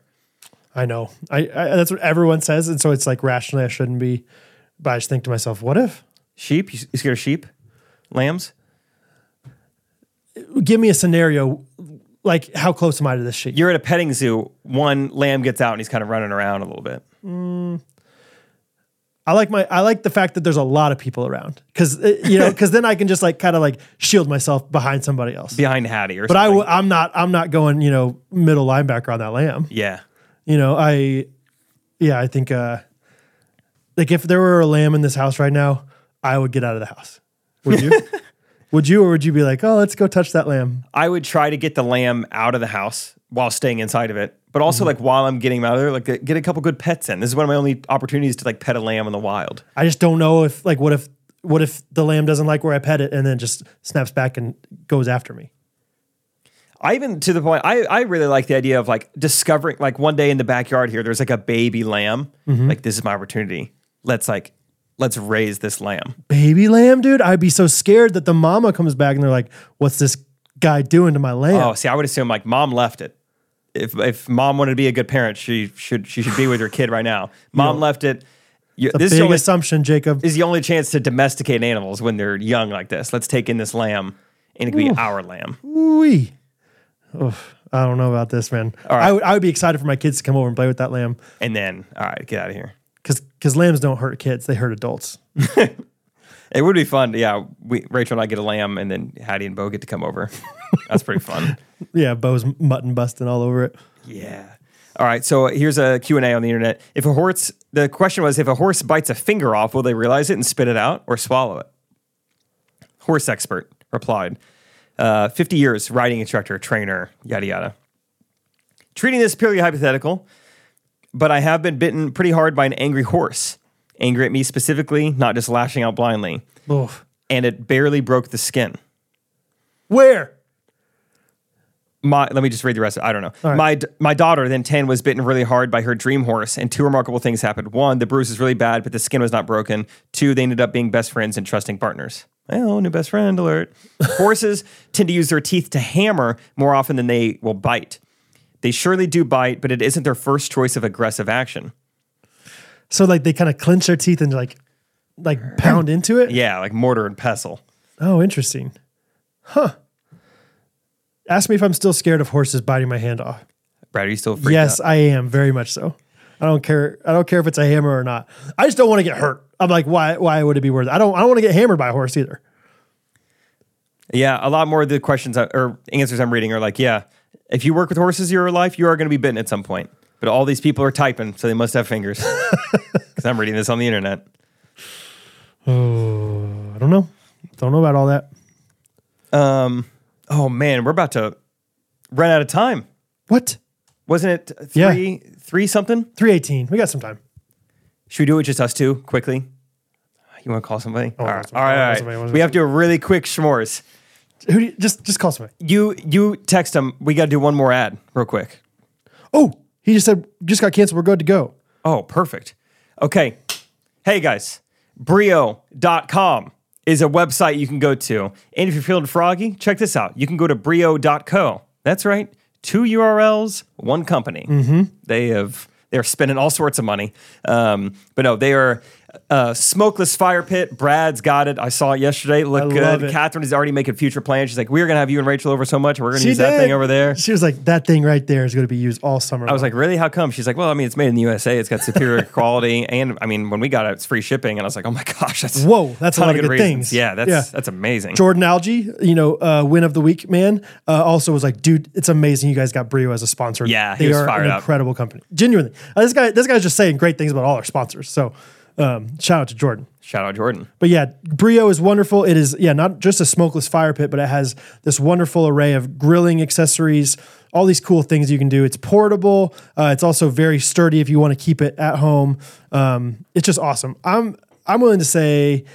S1: I know. I, I that's what everyone says, and so it's like rationally I shouldn't be. But I just think to myself, what if?
S2: Sheep, you you scared of sheep? Lambs?
S1: Give me a scenario. Like, how close am I to this shit?
S2: You're at a petting zoo. One lamb gets out and he's kind of running around a little bit.
S1: I like my I like the fact that there's a lot of people around because you know because then I can just like kind of like shield myself behind somebody else.
S2: behind Hattie or
S1: But I
S2: something.
S1: w- I'm not I'm not going you know middle linebacker on that lamb.
S2: yeah.
S1: You know I yeah I think uh like if there were a lamb in this house right now I would get out of the house. Would
S2: (laughs)
S1: you? would you or would you be like oh let's go touch that lamb?
S2: I would try to get the lamb out of the house while staying inside of it, but
S1: Mm-hmm.
S2: also like while I'm getting him out of there, like get get a couple good pets in. This is one of my only opportunities to like pet a lamb in the wild.
S1: I just don't know if like what if what if the lamb doesn't like where I pet it and then just snaps back and goes after me.
S2: I even to the point I, I really like the idea of like discovering like one day in the backyard here there's like a baby lamb like this is my opportunity let's like let's raise this lamb
S1: baby lamb, dude. I'd be so scared that the mama comes back and they're like, "What's this guy doing to my lamb?"
S2: oh see I would assume like mom left it if if mom wanted to be a good parent she should she should be with her kid right now mom left it You-
S1: the
S2: this is
S1: big
S2: the, only,
S1: assumption, Jacob.
S2: this is the only chance to domesticate animals when they're young like this let's take in this lamb and it can be our lamb
S1: Ooh-wee. Oof, I don't know about this, man. I
S2: right.
S1: would I would be excited for my kids to come over and play with that lamb
S2: and then all right get out of here
S1: because lambs don't hurt kids; they hurt adults.
S2: It would be fun. to- Yeah, we Rachel and I get a lamb, and then Hattie and Bo get to come over. That's pretty fun.
S1: Yeah, Bo's mutton busting all over it.
S2: Yeah. All right. So here's a Q and A on the internet. If a horse, the question was, if a horse bites a finger off, will they realize it and spit it out or swallow it? Horse expert replied, uh, 50 years riding instructor, trainer, yada yada. Treating this purely hypothetical, but I have been bitten pretty hard by an angry horse. Angry at me specifically, not just lashing out blindly,
S1: Oof.
S2: and it barely broke the skin.
S1: Where?
S2: my let me just read the rest. I don't know.
S1: right.
S2: My my daughter, then ten, was bitten really hard by her dream horse, and two remarkable things happened. One, the bruise is really bad, but the skin was not broken. Two, they ended up being best friends and trusting partners. Well, new best friend alert. Horses tend to use their teeth to hammer more often than they will bite. They surely do bite, but it isn't their first choice of aggressive action.
S1: So like they kind of clench their teeth and like like pound into it.
S2: Yeah, like mortar and pestle.
S1: Oh, interesting. Huh. Ask me if I'm still scared of horses biting my hand off.
S2: Brad, are you still freaked
S1: yes,
S2: out?
S1: I am very much so. I don't care. I don't care if it's a hammer or not. I just don't want to get hurt. I'm like, why? Why would it be worth? It? I don't. I don't want to get hammered by a horse either.
S2: Yeah, a lot more of the questions I, or answers I'm reading are like, yeah, if you work with horses your life, you are going to be bitten at some point. But all these people are typing, so they must have (laughs) fingers. Because I'm reading this on the internet.
S1: I don't know. Don't know about all that.
S2: Oh man, we're about to run out of time.
S1: What?
S2: Wasn't it
S1: Yeah.
S2: three three something?
S1: Three eighteen. We got some time.
S2: Should we do it just us two quickly? You want to call somebody? all right,
S1: that's-
S2: all
S1: oh,
S2: right, all
S1: that's
S2: right.
S1: somebody-
S2: we have to do a really quick schmores.
S1: Who? Do you, just just call somebody.
S2: You you text them. We got to do one more ad real quick.
S1: Oh, he just said just got canceled. We're good to go.
S2: Oh, perfect. Okay. Hey guys, brio.com is a website you can go to. And if you're feeling froggy, check this out. You can go to brio.co. That's right. Two URLs, one company.
S1: Mm-hmm.
S2: They have they're spending all sorts of money. Um, but no, they are uh, smokeless fire pit. Brad's got it. I saw it yesterday. It looked
S1: I love
S2: good.
S1: it.
S2: Catherine is already making future plans. She's like, we're gonna have you and Rachel over so much. We're gonna
S1: She
S2: use that
S1: did.
S2: thing over there.
S1: She was like, that thing right there is going to be used all summer.
S2: I was like, really? How come? She's like, well, I mean, it's made in the USA. It's got
S1: (laughs)
S2: superior quality, and I mean, when we got it, it's free shipping. And I was like, oh my gosh, that's
S1: Whoa, that's a
S2: ton
S1: lot of good
S2: reasons.
S1: things.
S2: Yeah, that's
S1: Yeah.
S2: that's amazing.
S1: Jordan Algie, you know, uh, win of the week man, uh, also was like, dude, it's amazing you guys got Brio as a sponsor.
S2: Yeah, he
S1: they
S2: was
S1: are
S2: fired
S1: an
S2: up.
S1: incredible company. Genuinely, Uh, this guy, this guy's just saying great things about all our sponsors. So, um, shout out to Jordan.
S2: Shout out Jordan.
S1: But yeah, Brio is wonderful. It is yeah, not just a smokeless fire pit, but it has this wonderful array of grilling accessories, all these cool things you can do. It's portable. Uh, it's also very sturdy if you want to keep it at home. Um, it's just awesome. I'm I'm willing to say,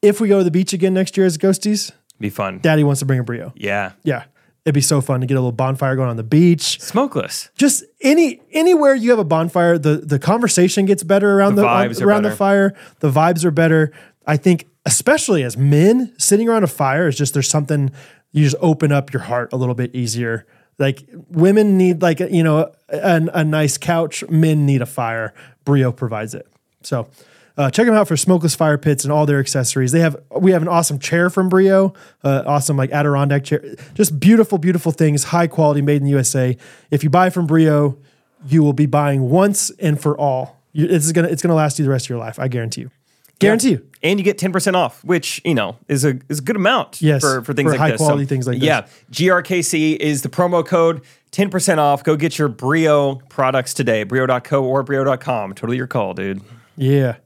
S1: if we go to the beach again next year as ghosties,
S2: Be fun.
S1: Daddy wants to bring a Brio.
S2: yeah,
S1: Yeah, it'd be so fun to get a little bonfire going on the beach.
S2: smokeless.
S1: Just any anywhere you have a bonfire, the the conversation gets better around the,
S2: The vibes are
S1: around the
S2: better.
S1: fire. The vibes are better. I think, especially as men, sitting around a fire is just there's something you just open up your heart a little bit easier. Like women need like you know a, a nice couch. Men need a fire. Brio provides it. So. Uh, check them out for smokeless fire pits and all their accessories. They have we have an awesome chair from Brio, uh, awesome like Adirondack chair, just beautiful, beautiful things, high quality, made in the USA. If you buy from Brio, you will be buying once and for all. You, it's gonna it's gonna last you the rest of your life. I guarantee you. Guarantee you.
S2: And you get 10% off, which, you know, is a is a good amount
S1: Yes,
S2: for, for things
S1: for
S2: like
S1: high
S2: this.
S1: quality things like this.
S2: yeah, GRKC is the promo code, 10% off. Go get your Brio products today, brio.co or brio.com. Totally your call, dude.
S1: Yeah.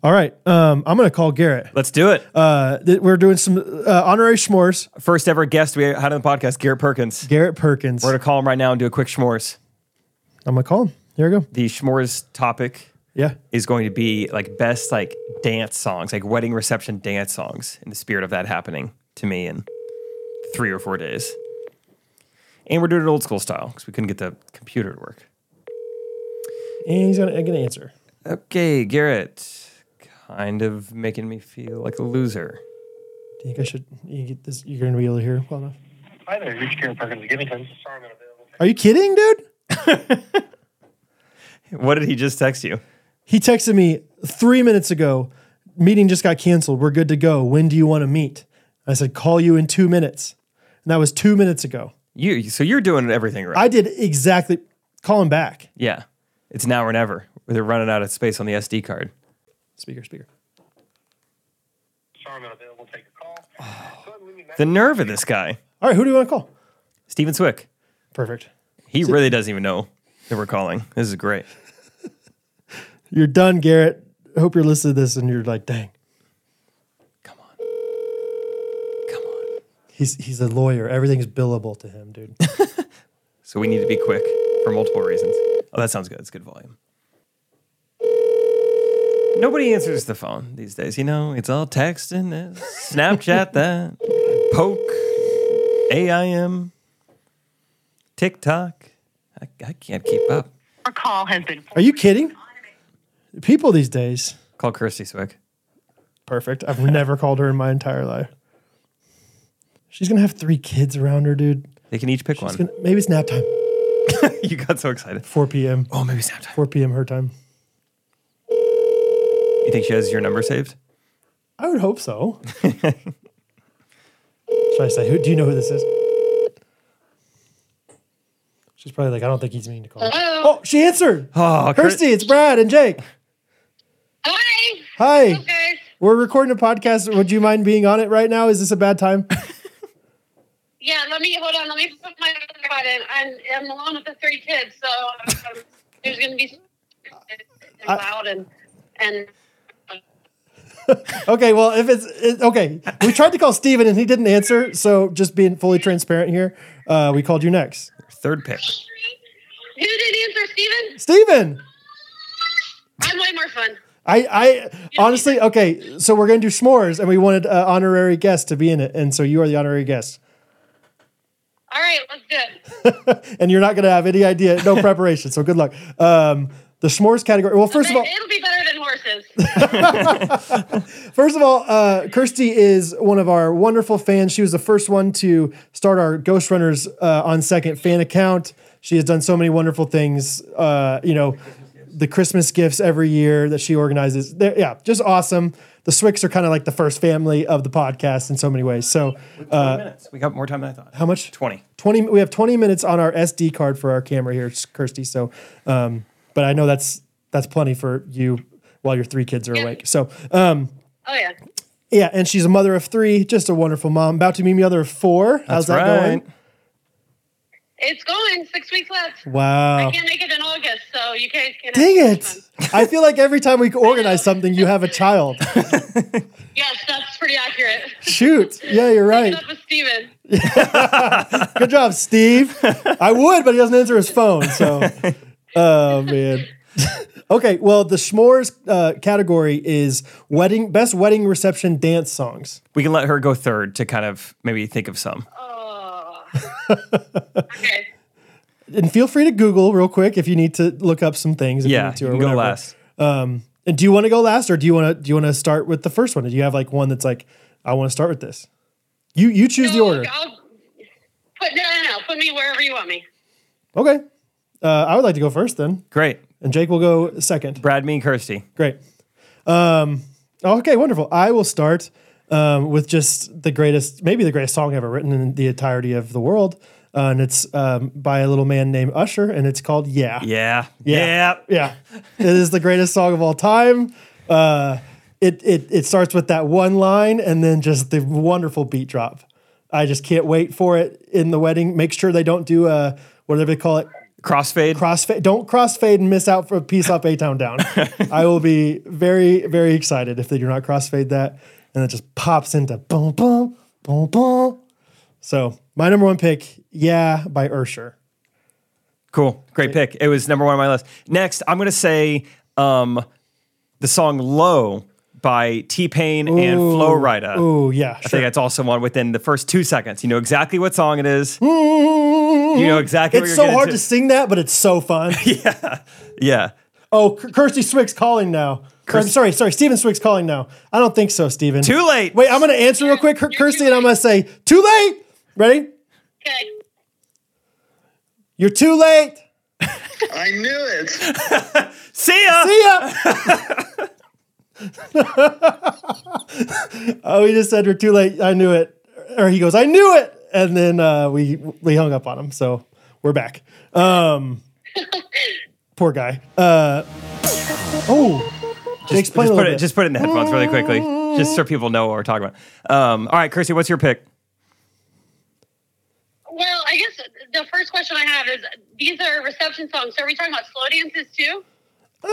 S1: All right. Um, I'm gonna call Garrett.
S2: Let's do it.
S1: Uh, th- we're doing some uh, honorary s'mores.
S2: First ever guest we had on the podcast, Garrett Perkins.
S1: Garrett Perkins.
S2: We're going to call him right now and do a quick s'mores.
S1: I'm gonna call him. Here we go.
S2: The s'mores topic
S1: Yeah.
S2: is going to be like best like dance songs, like wedding reception dance songs in the spirit of that happening to me in three or four days. And we're doing it old school style because we couldn't get the computer to work.
S1: And he's gonna, gonna answer.
S2: Okay, Garrett, kind of making me feel like a loser.
S1: Do you think I should? You get this? You're gonna be able to hear well enough.
S4: Hi there, reach Garrett Perkins of Givington. Sorry I'm not available.
S1: Are you kidding, dude?
S2: What did he just text you?
S1: He texted me three minutes ago. Meeting just got canceled. We're good to go. When do you want to meet? I said, call you in two minutes. And that was two minutes ago.
S2: You so you're doing everything right.
S1: I did exactly call him back.
S2: yeah. It's now or never. They're running out of space on the SD card.
S1: Speaker, speaker.
S4: Sorry I'm not available. Take a call. So I'm leaving
S2: The nerve of this guy.
S1: All right, who do you want to call?
S2: Steven Swick.
S1: Perfect.
S2: He really doesn't even know that we're calling. This is great.
S1: You're done, Garrett. I hope you're listening to this and you're like, dang,
S2: Come on. Come on.
S1: he's he's a lawyer. Everything's billable to him, (laughs) dude.
S2: So we need to be quick for multiple reasons. Oh, that sounds good. It's good volume. Nobody answers the phone these days. You know, it's all texting, this, (laughs) Snapchat, that, poke, AIM, TikTok. I, I can't keep up.
S5: Your call has been.
S1: Are you kidding? People these days.
S2: Call Kirsty Swick.
S1: Perfect. I've never called her in my entire life. She's gonna have three kids around her, dude.
S2: They can each pick
S1: It's
S2: one.
S1: gonna, maybe it's nap time.
S2: (laughs) you got so excited.
S1: 4 p.m.
S2: Oh, maybe Snapchat.
S1: 4 p.m. her time.
S2: You think she has your number saved?
S1: I would hope so. Should I say, who, do you know who this is? She's probably like, I don't think he's meaning to call. Oh, she answered.
S2: Oh, Kir-
S1: Kirsty, it's Brad and Jake.
S5: Hi,
S1: Hi.
S5: guys.
S1: We're recording a podcast. Would you mind being on it right now? Is this a bad time?
S5: Yeah, let me hold on. Let me put my iPod in. I'm, I'm alone with the three kids, so um, there's going to be it's loud and and uh,
S1: Okay, well, if it's it, okay, we tried to call Steven and he didn't answer. So, just being fully transparent here, uh, we called you next.
S2: Third pick.
S5: who did answer, Steven?
S1: Steven!
S5: I'm way more fun.
S1: I, I honestly, okay, so we're going to do s'mores and we wanted an honorary guest to be in it. And so you are the honorary guest.
S5: All right, let's do it.
S1: And you're not going to have any idea, no preparation. So good luck. Um, the s'mores category. Well, first of all,
S5: It'll be better than horses.
S1: first of all, uh, Kirsty is one of our wonderful fans. She was the first one to start our Ghost Runners uh, on Second fan account. She has done so many wonderful things. Uh, you know, the Christmas gifts every year that she organizes. They're, yeah, just awesome. The Swicks are kind of like the first family of the podcast in so many ways. So
S2: Uh, minutes. We got more time than I thought.
S1: how much?
S2: 20.
S1: 20 we have 20 minutes on our sd card for our camera here kirsty so um, but i know that's that's plenty for you while your three kids are awake so um,
S5: Oh yeah.
S1: yeah and she's a mother of three just a wonderful mom about to be mother of four how's
S2: That's
S1: that
S2: right.
S1: going
S5: It's going. Six weeks left.
S1: wow
S5: Can't make it in August, so you guys can.
S1: dang it (laughs) i feel like every time we organize something you have a child
S5: Yes, that's pretty accurate.
S1: shoot yeah you're right
S5: Good up with Steven.
S1: good job steve i would but he doesn't answer his phone
S2: (laughs)
S1: so oh man okay well the s'mores uh, category is wedding best wedding reception dance songs
S2: We can let her go third to kind of maybe think of some.
S5: Oh.
S1: (laughs)
S5: okay.
S1: and feel free to google real quick if you need to look up some things if you
S2: yeah,
S1: need to
S2: you
S1: or
S2: can go
S1: whatever.
S2: last.
S1: and do you want to go last or do you want to do you want to start with the first one do you have like one that's like i want to start with this you you choose the
S5: No,
S1: order
S5: Oh, I'll put no, no, no. Put me wherever you want me.
S1: okay uh, i would like to go first then
S2: Great.
S1: and jake will go second
S2: Brad, me, and Kirsty.
S1: Great. Um, okay, wonderful. I will start um, with just the greatest, maybe the greatest song ever written in the entirety of the world. uh, and it's um, by a little man named Usher, and it's called Yeah.
S2: Yeah. Yeah.
S1: Yeah. It is the greatest song of all time. Uh, it, it, it starts with that one line and then just the wonderful beat drop. I just can't wait for it in the wedding. Make sure they don't do a, whatever they call it,
S2: Crossfade.
S1: crossfade. Don't crossfade and miss out for a piece off A Town
S2: (laughs)
S1: Down. I will be very, very excited if they do not crossfade that. And it just pops into boom, boom, boom, boom. So my number one pick, Yeah, by Ursher.
S2: Cool. Great pick. It was number one on my list. Next, I'm going to say um, the song Low by T Pain and Flow Rida.
S1: Oh, yeah.
S2: I think that's also one within the first two seconds. You know exactly what song it is. You know exactly what
S1: It's
S2: you're
S1: so
S2: getting
S1: hard
S2: to-
S1: to sing that, but it's so
S2: (laughs)
S1: fun.
S2: Yeah.
S1: oh, K- Kirsty Swick's calling now. Or, I'm sorry, sorry. Steven Swick's calling now. I don't think so, Steven.
S2: Too late.
S1: Wait, I'm going to answer real quick, Kir-
S5: You're too
S1: Kirsty, and I'm
S5: late.
S1: going to say, too late. Ready?
S5: Okay.
S1: You're too late.
S4: I knew it.
S2: See ya.
S1: See ya. (laughs) oh, he just said we're too late. I knew it. Or he goes, I knew it. And then uh, we we hung up on him. So we're back. Um, poor guy. Uh, oh, Jake's playing
S2: Just
S1: a
S2: put
S1: little
S2: it.
S1: bit.
S2: Just put it in the headphones really quickly, just so people know what we're talking about. Um, all right, Kirsty, what's your pick?
S5: Well, I guess the first question I have is these are reception songs. So are we talking about slow dances too?
S1: Uh,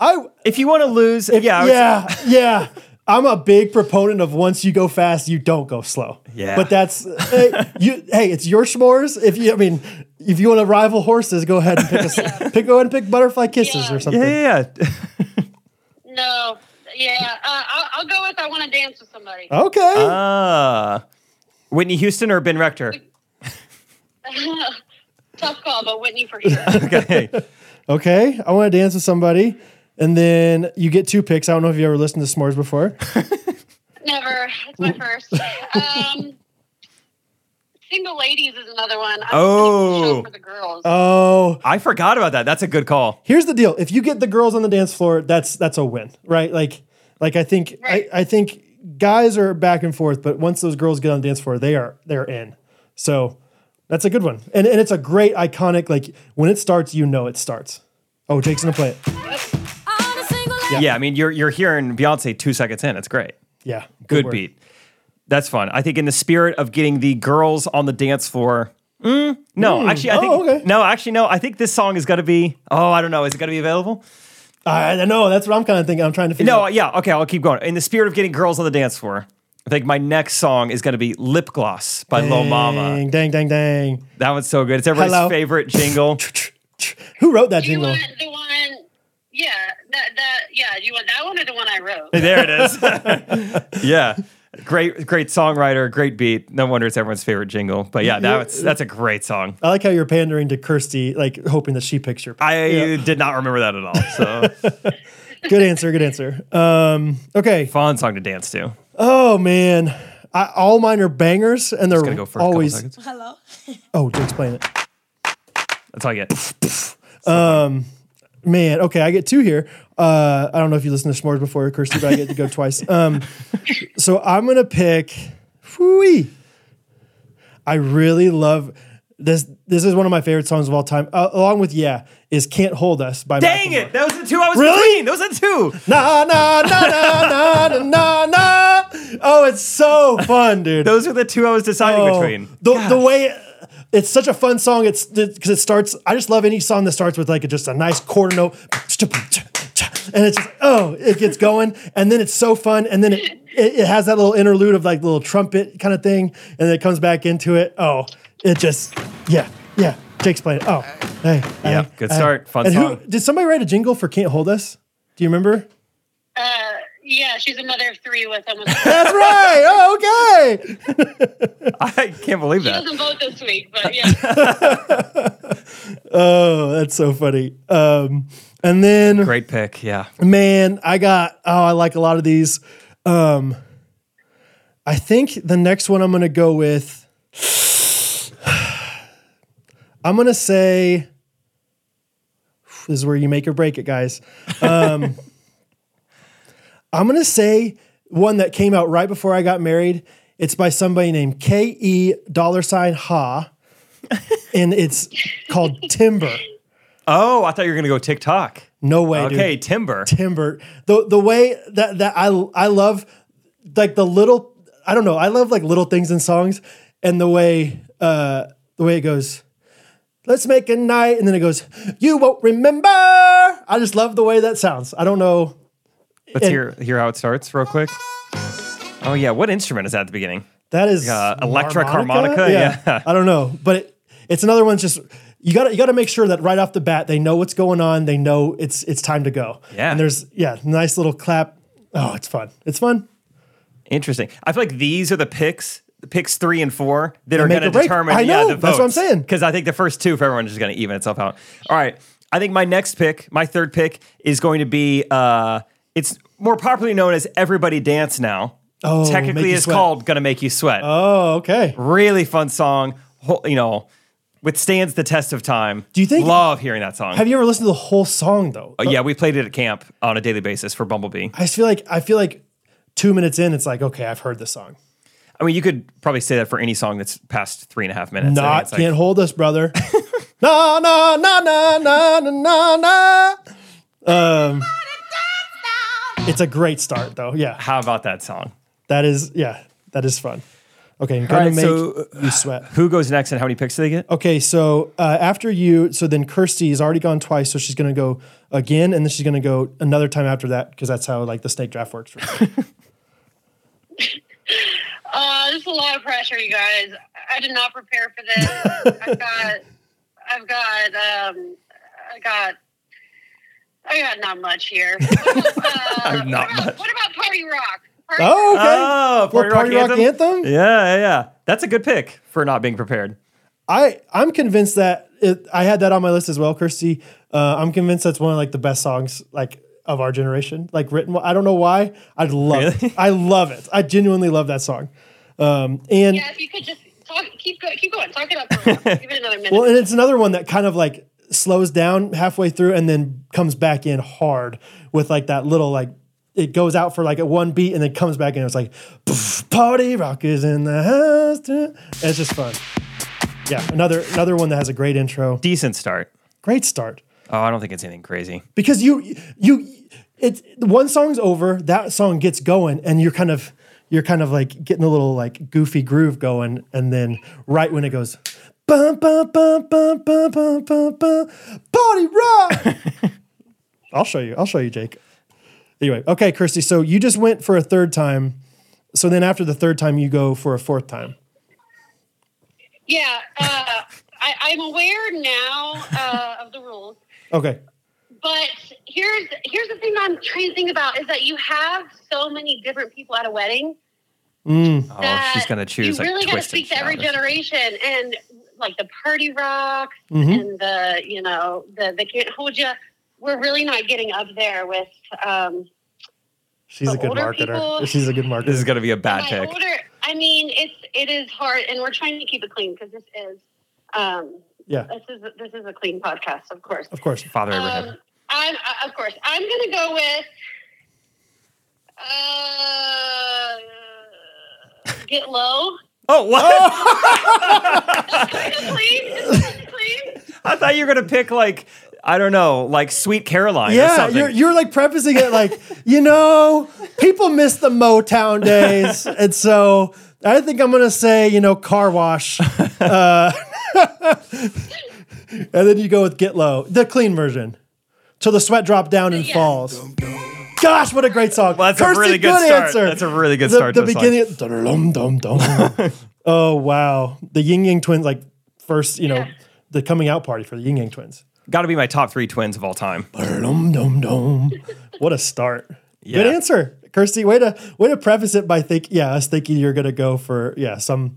S1: I
S2: If you want to lose, yeah, I would-
S1: yeah, yeah. I'm a big proponent of once you go fast, you don't go slow.
S2: Yeah.
S1: But that's hey, you. Hey, it's your s'mores. If you, I mean, if you want to rival horses, go ahead and pick a s- pick. Go ahead and pick butterfly kisses
S5: Yeah.
S1: or something.
S2: yeah, yeah, yeah. (laughs)
S5: No. Yeah. Uh, I'll, I'll go with I want to dance with somebody.
S1: Okay.
S2: Ah. Whitney Houston or Ben Rector?
S5: (laughs) Tough call, but Whitney for sure.
S2: (laughs)
S1: (laughs)
S2: Okay.
S1: okay. I want to dance with somebody, and then you get two picks. I don't know if you ever listened to s'mores before. (laughs)
S5: Never. It's my first. Um, Single Ladies is another one. I'm
S2: Oh.
S5: show for the girls.
S1: Oh,
S2: I forgot about that. That's a good call.
S1: here's the deal if you get the girls on the dance floor that's that's a win right like like i think
S5: Right.
S1: I, I think guys are back and forth but once those girls get on the dance floor they are they're in so that's a good one and, and it's a great iconic like when it starts you know it starts oh jake's gonna play it
S2: Yeah. I mean, you're you're hearing Beyonce two seconds in. It's great.
S1: yeah
S2: Good
S1: work.
S2: beat. That's fun. I think in the spirit of getting the girls on the dance floor. Mm, no, actually, I think
S1: Oh, okay.
S2: no, actually, no. I think this song is gonna be. Oh, I don't know. Is it gonna be available?
S1: i I know that's what i'm kind of thinking i'm trying to figure
S2: No,
S1: out
S2: yeah, okay, I'll keep going. In the spirit of getting girls on the dance floor, I think my next song is going to be Lip Gloss by Lil Mama.
S1: dang dang dang dang
S2: That one's so good. It's everybody's
S1: Hello.
S2: favorite jingle.
S1: who wrote that
S5: Do you
S1: jingle
S5: want the one? Yeah, that that yeah. Do you want that one or the one I
S1: (laughs)
S2: (laughs)
S5: wrote?
S2: there it is. (laughs) yeah. Great, great songwriter, great beat. No wonder it's everyone's favorite jingle. But yeah, Uh, that's that's a great song.
S1: i like how you're pandering to kirsty like hoping that she picks your pick.
S2: I
S1: Yeah.
S2: did not remember that at all. (laughs) So
S1: good answer good answer um okay
S2: fun song to dance to.
S1: Oh man, I, all mine are bangers, and they're
S2: Gonna go for a couple
S1: always.
S2: seconds.
S1: Oh, to explain it,
S2: That's all I get.
S1: man. Okay, I get two here. Uh, I don't know if you listened to S'mores before, Kirsty, but I get to go (laughs) twice. Um, so I'm gonna pick. Whee! I really love this. This is one of my favorite songs of all time, uh, along with "Yeah" is "Can't Hold Us" by
S2: (laughs) Dang
S1: Macklemore.
S2: it! That was the two I was
S1: Really?
S2: between. Those are the two.
S1: Na na na na na na na na. Oh, it's so fun, dude.
S2: Those are the two I was deciding
S1: Oh,
S2: between.
S1: The, the way it's such a fun song. It's because it starts. I just love any song that starts with like just a nice quarter note, and it's just oh, it gets going, and then it's so fun, and then it it, it has that little interlude of like little trumpet kind of thing, and then it comes back into it. Oh, it just yeah yeah. Jake's playing. Oh, hey,
S2: Yeah,
S1: hey,
S2: good
S1: hey.
S2: start. Fun
S1: and
S2: song.
S1: Who, did somebody write a jingle for "Can't Hold Us"? Do you remember?
S5: Uh, yeah, she's a mother of three with them.
S1: (laughs) That's right. Oh, okay.
S2: (laughs) I can't believe
S5: She
S2: that.
S5: doesn't vote this week, but yeah.
S1: Oh, that's so funny. Um, and then
S2: Great pick. Yeah.
S1: Man, I got oh, I like a lot of these. Um I think the next one I'm gonna go with (sighs) I'm gonna say (sighs) this is where you make or break it, guys. Um (laughs) I'm gonna say one that came out right before I got married. It's by somebody named K E dollar sign ha. and it's called Timber.
S2: Oh, I thought you were gonna go TikTok.
S1: No way, dude.
S2: Okay, Timber.
S1: Timber. The the way that that I I love like the little I don't know, I love like little things in songs and the way uh the way it goes Let's make a night and then it goes you won't remember. I just love the way that sounds. I don't know.
S2: Let's hear hear how it starts real quick. Oh yeah, what instrument is that at the beginning?
S1: That is
S2: Uh, electric harmonica? Yeah.
S1: I don't know, but it, it's another one just you got to you got to make sure that right off the bat they know what's going on, they know it's it's time to go.
S2: Yeah.
S1: And there's yeah, nice little clap. Oh, it's fun. It's fun.
S2: Interesting. I feel like these are the picks, picks three and four that are
S1: make
S2: going to
S1: or break.
S2: determine.
S1: I
S2: yeah,
S1: know.
S2: the
S1: That's what I'm saying.
S2: Because I think the first two for everyone is going to even itself out. All right. I think my next pick, my third pick, is going to be. Uh, it's more popularly known as "Everybody Dance Now."
S1: Oh, Make
S2: technically,
S1: You
S2: it's
S1: Sweat.
S2: called "Gonna Make You Sweat."
S1: Oh, okay.
S2: really fun song. Ho- You know, withstands the test of time. Do
S1: you think-
S2: Love hearing that song.
S1: Have you ever listened to the whole song though?
S2: Uh, yeah, we played it at camp on a daily basis for Bumblebee.
S1: I just feel like I feel like 2 minutes in it's like, okay, I've heard this song.
S2: I mean, you could probably say that for any song that's past three and a half minutes. I think
S1: Not
S2: it's like-
S1: can't hold us, brother. (laughs) na na na na na na na na. Um It's a great start though. Yeah.
S2: How about that song?
S1: That is yeah, that is fun. Okay, I'm gonna
S2: right,
S1: make
S2: so- uh,
S1: you sweat.
S2: Who goes next and how many picks do they get?
S1: Okay, so uh, after you, so then Kirsty has already gone twice, so she's gonna go again, and then she's gonna go another time after that because that's how like the snake draft works. For me. (laughs)
S5: Uh, this is a lot of pressure, you guys. I did not prepare for this. I've got, I've got, um, I got, I got not much here. Uh,
S2: not
S5: what about,
S2: much.
S5: What about Party Rock? Party
S1: oh, okay.
S2: Oh, Party,
S1: Well, Party
S2: Rock,
S1: Rock
S2: Anthem?
S1: Anthem?
S2: Yeah, yeah, yeah. That's a good pick for not being prepared.
S1: I I'm convinced that it, I had that on my list as well, Kirsty. Uh, I'm convinced that's one of like the best songs like of our generation, like written. I don't know why. I love
S2: Really?
S1: it. I love it. I genuinely love that song. Um, and
S5: Yeah, if you could just talk, keep go, keep going, talk it up. For a while. Give it another minute.
S1: Well, and it's another one that kind of like slows down halfway through and then comes back in hard with like that little like it goes out for like a one beat and then comes back in. It's like "Pff, party rock is in the house. tonight." It's just fun. Yeah, another another one that has a great intro,
S2: Decent start.
S1: great start
S2: Oh, I don't think it's anything crazy.
S1: because you you it's one song's over, that song gets going, and you're kind of you're kind of like getting a little like goofy groove going, and then right when it goes, bum bum bum bum bum bum bum bum, party rock.
S2: (laughs)
S1: I'll show you. I'll show you, Jake. Anyway, okay, Kirsty. So you just went for a third time. So then after the third time, you go for a fourth time.
S5: yeah, uh, I, I'm aware now uh, of the rules.
S1: Okay.
S5: But here's here's the thing that I'm trying to think about is that you have so many different people at a wedding.
S2: Oh,
S1: Mm,
S5: that
S2: she's gonna choose
S5: You
S2: like
S5: really got to
S2: twisted
S5: speak to every
S2: shout.
S5: generation and like the party rocks
S1: mm-hmm.
S2: Hmm?
S5: and the you know the the can't hold you. We're really not getting up there with um,
S1: She's
S5: The
S1: a good
S5: older
S1: marketer.
S5: people-
S1: She's a good marketer.
S2: This is gonna be a bad
S5: my
S2: pick.
S5: older. I mean, it's it is hard, and we're trying to keep it clean because this is um,
S1: yeah,
S5: this is this is a clean podcast, of course.
S1: of course.
S2: Father
S5: Um,
S2: Abraham.
S5: I'm uh, of course I'm gonna go with uh, get low.
S2: Oh, what? (laughs)
S5: Please, please.
S2: I thought you were gonna pick like I don't know, like Sweet Caroline or
S1: Yeah,
S2: something.
S1: you're, you're like prefacing it
S2: (laughs)
S1: like, you know, people miss the Motown days. And so I think I'm going to say, you know, car
S2: (laughs)
S1: wash. Uh, (laughs) and then you go with Get Low, the clean version. Till the sweat drop down and
S5: Yeah.
S1: falls. Gosh, what a great song.
S2: Well, that's a
S1: Kirsty,
S2: really good start.
S1: answer.
S2: That's a really good
S1: the,
S2: start to
S1: The
S2: the song.
S1: beginning. Dum, dum,
S2: (laughs)
S1: dum. oh, wow. The Ying Yang Twins, like first, you know, the coming out party for the Ying Yang Twins.
S2: Gotta be my top three twins of
S1: (laughs)
S2: all time.
S1: Dum dum dum. What a start.
S2: Yeah.
S1: Good answer, Kirsty. Way to way to preface it by think yeah, us thinking you're gonna go for yeah
S2: (laughs)
S1: some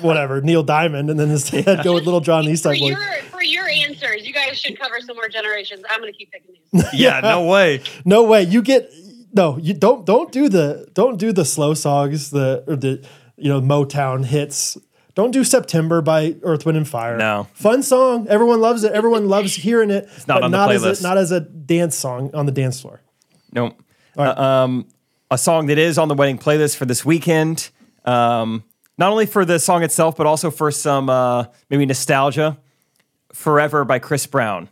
S1: whatever Neil Diamond, and then instead (laughs) go with Little John
S5: For
S1: Eastside Boy.
S5: your for your answers, you guys should cover some more generations. I'm gonna keep picking these.
S2: Yeah, no way.
S1: No way. You get no. You don't don't do the don't do the slow songs the or the you know Motown hits. Don't do September by Earth, Wind, and Fire.
S2: No.
S1: fun song. Everyone loves it. Everyone loves hearing it. It's
S2: not on the
S1: not As
S2: playlist.
S1: a, not as a dance song on the dance floor.
S2: Nope. Uh, um, a song that is on the wedding playlist for this weekend. Um, not only for the song itself, but also for some uh, maybe nostalgia. Forever by Chris Brown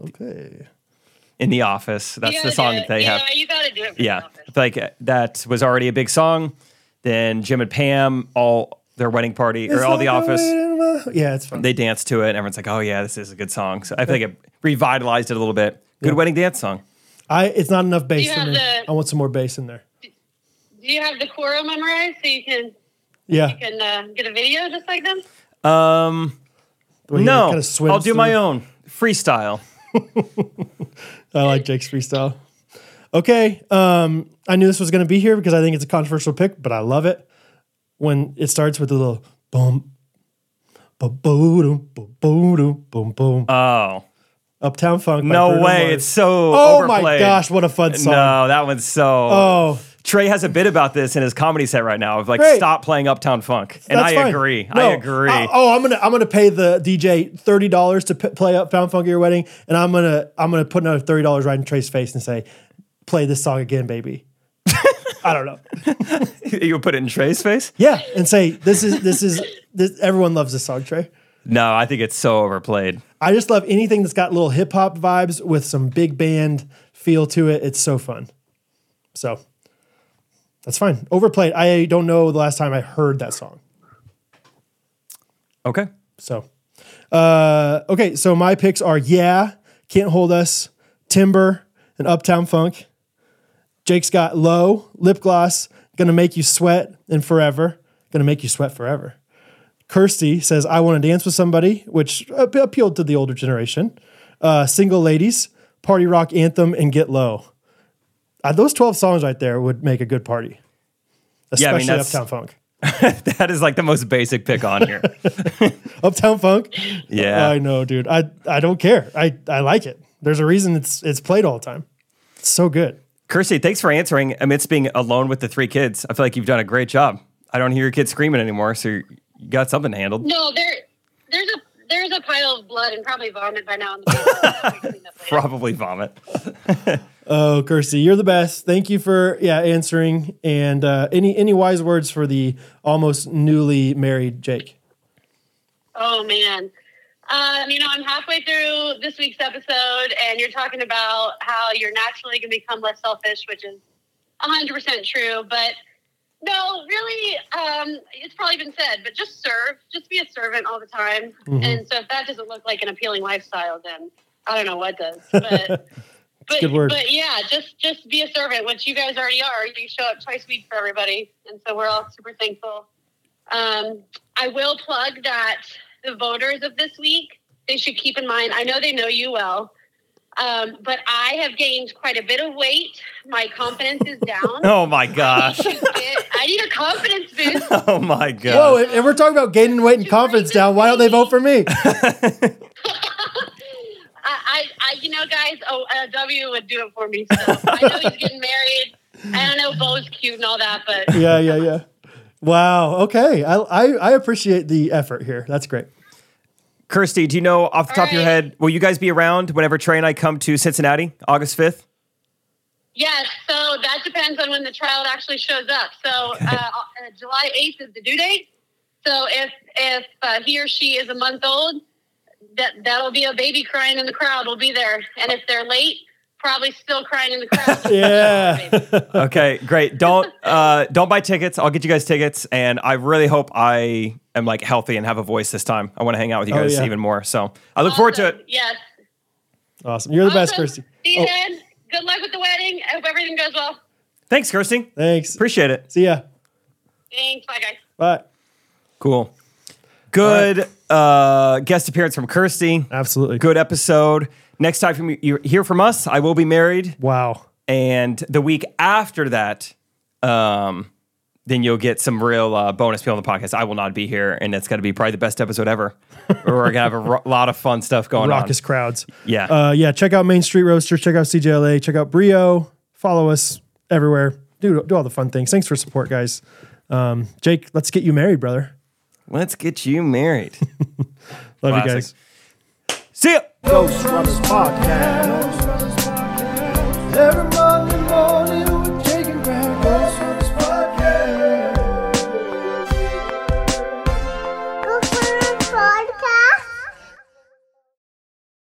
S1: Okay.
S2: in The Office. That's
S5: You
S2: the
S5: gotta
S2: song
S5: do
S2: that
S5: it.
S2: they
S5: yeah,
S2: have.
S5: you got to do it. For
S2: Yeah,
S5: The office.
S2: like uh, that was already a big song. Then Jim and Pam, all their wedding party or all The Office,
S1: Yeah, it's fun.
S2: they danced to it. And everyone's like, "Oh yeah, this is a good song." So I feel like it revitalized it a little bit. Good wedding dance song.
S1: I it's not enough bass
S5: You
S1: for
S5: have
S1: me.
S5: the-
S1: I want some more bass in there.
S5: Do you have the choro memorized so you can
S1: Yeah.
S5: you can uh, get a video just like them?
S2: Um,
S1: The way he
S2: no,
S1: kinda swims
S2: I'll do my
S1: through.
S2: own freestyle.
S1: I like Jake's freestyle. Okay. Um, I knew this was going to be here because I think it's a controversial pick, but I love it when it starts with a little boom, boom, boom, boom, boom, boom, boom.
S2: Oh
S1: Uptown Funk. by
S2: no
S1: Bruno
S2: way!
S1: Mars.
S2: It's so
S1: oh
S2: overplayed. uh,
S1: my gosh, what a fun song!
S2: No, that one's so.
S1: Oh,
S2: Trey has a bit about this in his comedy set right now of like
S1: Great.
S2: stop playing Uptown Funk, and
S1: that's
S2: I
S1: fine.
S2: agree.
S1: No,
S2: I agree.
S1: oh, I'm gonna I'm gonna pay the DJ thirty dollars to p- play Uptown Funk at your wedding, and I'm gonna I'm gonna put another thirty dollars right in Trey's face and say, "Play this song again,
S2: (laughs)
S1: baby." I don't know.
S2: (laughs) you would put it in Trey's face?
S1: Yeah, and say this is this is this. Everyone loves this song, Trey.
S2: No, I think it's so overplayed.
S1: I just love anything that's got little hip hop vibes with some big band feel to it. It's so fun. So that's fine. Overplayed. I don't know the last time I heard that song.
S2: Okay. (laughs)
S1: So, uh, okay. So my picks are yeah, can't hold us, timber, and uptown funk. Jake's got low lip gloss, gonna make you sweat and forever, gonna make you sweat forever. Kirsty says I want to dance with somebody, which ap- appealed to the older generation. Uh, single ladies, party rock anthem, and get low. Uh, those twelve songs right there would make a good party,
S2: Yeah, I mean,
S1: especially
S2: that's-
S1: uptown funk.
S2: That is like the most basic pick
S1: (laughs)
S2: on here.
S1: Uptown Funk.
S2: Yeah.
S1: I know, dude. I I don't care. I I like it. There's a reason it's it's played all the time. It's so good.
S2: Kirsty, thanks for answering amidst being alone with the three kids. I feel like you've done a great job. I don't hear your kids screaming anymore, so you got
S1: (laughs)
S2: something handled.
S5: No, there there's a there's a pile of blood and probably vomit by now.
S2: (laughs)
S5: In the
S2: Probably vomit.
S1: Oh, Kirsty, you're the best. Thank you for yeah answering. And uh, any any wise words for the almost newly married Jake?
S5: Oh man. Um, you know, I'm halfway through this week's episode, and you're talking about how you're naturally going to become less selfish, which is 100% true. But no, really, um, it's probably been said, but just serve, just be a servant all the time.
S1: Mm-hmm.
S5: And so, if that doesn't look like an appealing lifestyle, then I don't know what does. But but,
S1: good word.
S5: but yeah, just just be a servant, which you guys already are. You show up twice a week for everybody, and so we're all super thankful. Um, I will plug that the voters of this week they should keep in mind. I know they know you well, um, but I have gained quite a bit of weight. My confidence is
S1: (laughs)
S5: down.
S2: Oh my gosh.
S5: I need a confidence boost.
S2: Oh
S1: (laughs)
S2: my
S1: Whoa,
S2: gosh.
S1: and, and we're talking about gaining weight and confidence down. Why don't they vote for me?
S5: I, I, I you know, guys, oh, uh, W would do it for me. So I know he's getting married. I don't know, Bo's cute and all that,
S1: (laughs)
S5: but
S1: Yeah, yeah, yeah. Wow. Okay. I I, I appreciate the effort here. That's great.
S2: Kirsty, do you know off the top of your
S5: right.
S2: head, will you guys be around whenever Trey and I come to Cincinnati, August 5th?
S5: yes. So that depends on when the child actually shows up.
S1: (laughs)
S5: So uh, uh, July eighth is the due date. So if if uh, he or she is a month old, that that'll be a baby crying in the crowd. will be there, and if they're late, probably still crying in the crowd.
S1: (laughs)
S5: (laughs)
S1: Yeah.
S2: Okay, great. Don't uh, don't buy tickets. I'll get you guys tickets, and I really hope I am like healthy and have a voice this time. I want to hang out with you
S1: Oh,
S2: guys
S1: yeah.
S2: even more. So I look forward to
S5: Awesome.
S2: it.
S5: Yes.
S1: Awesome. You're the best,
S5: Awesome.
S1: Kirsty.
S5: See you
S1: Oh.
S5: then. Good luck with the wedding. I hope everything goes well.
S2: Thanks, Kirsty.
S1: Thanks.
S2: Appreciate it.
S1: See ya.
S5: Thanks. Bye, guys.
S1: Bye.
S2: Cool. Good uh, guest appearance from Kirsty.
S1: Absolutely.
S2: Good episode. Next time from you hear from us, I will be married,
S1: Wow.
S2: and the week after that, um, then you'll get some real uh, bonus people on the podcast. I will not be here, and it's going to be probably the best episode
S1: (laughs)
S2: ever. We're gonna have a ro- lot of fun stuff going on.
S1: raucous crowds.
S2: Yeah.
S1: Uh, yeah. Check out Main Street Roaster. Check out CJLA. Check out Brio. Follow us everywhere. Do, do all the fun things. Thanks for support, guys. Um, Jake, let's get you married, brother.
S2: Let's get
S1: (laughs)
S2: you married.
S1: Love you
S2: Classic.
S1: guys.
S2: See ya.
S6: Ghost Runners Podcast. Every Monday morning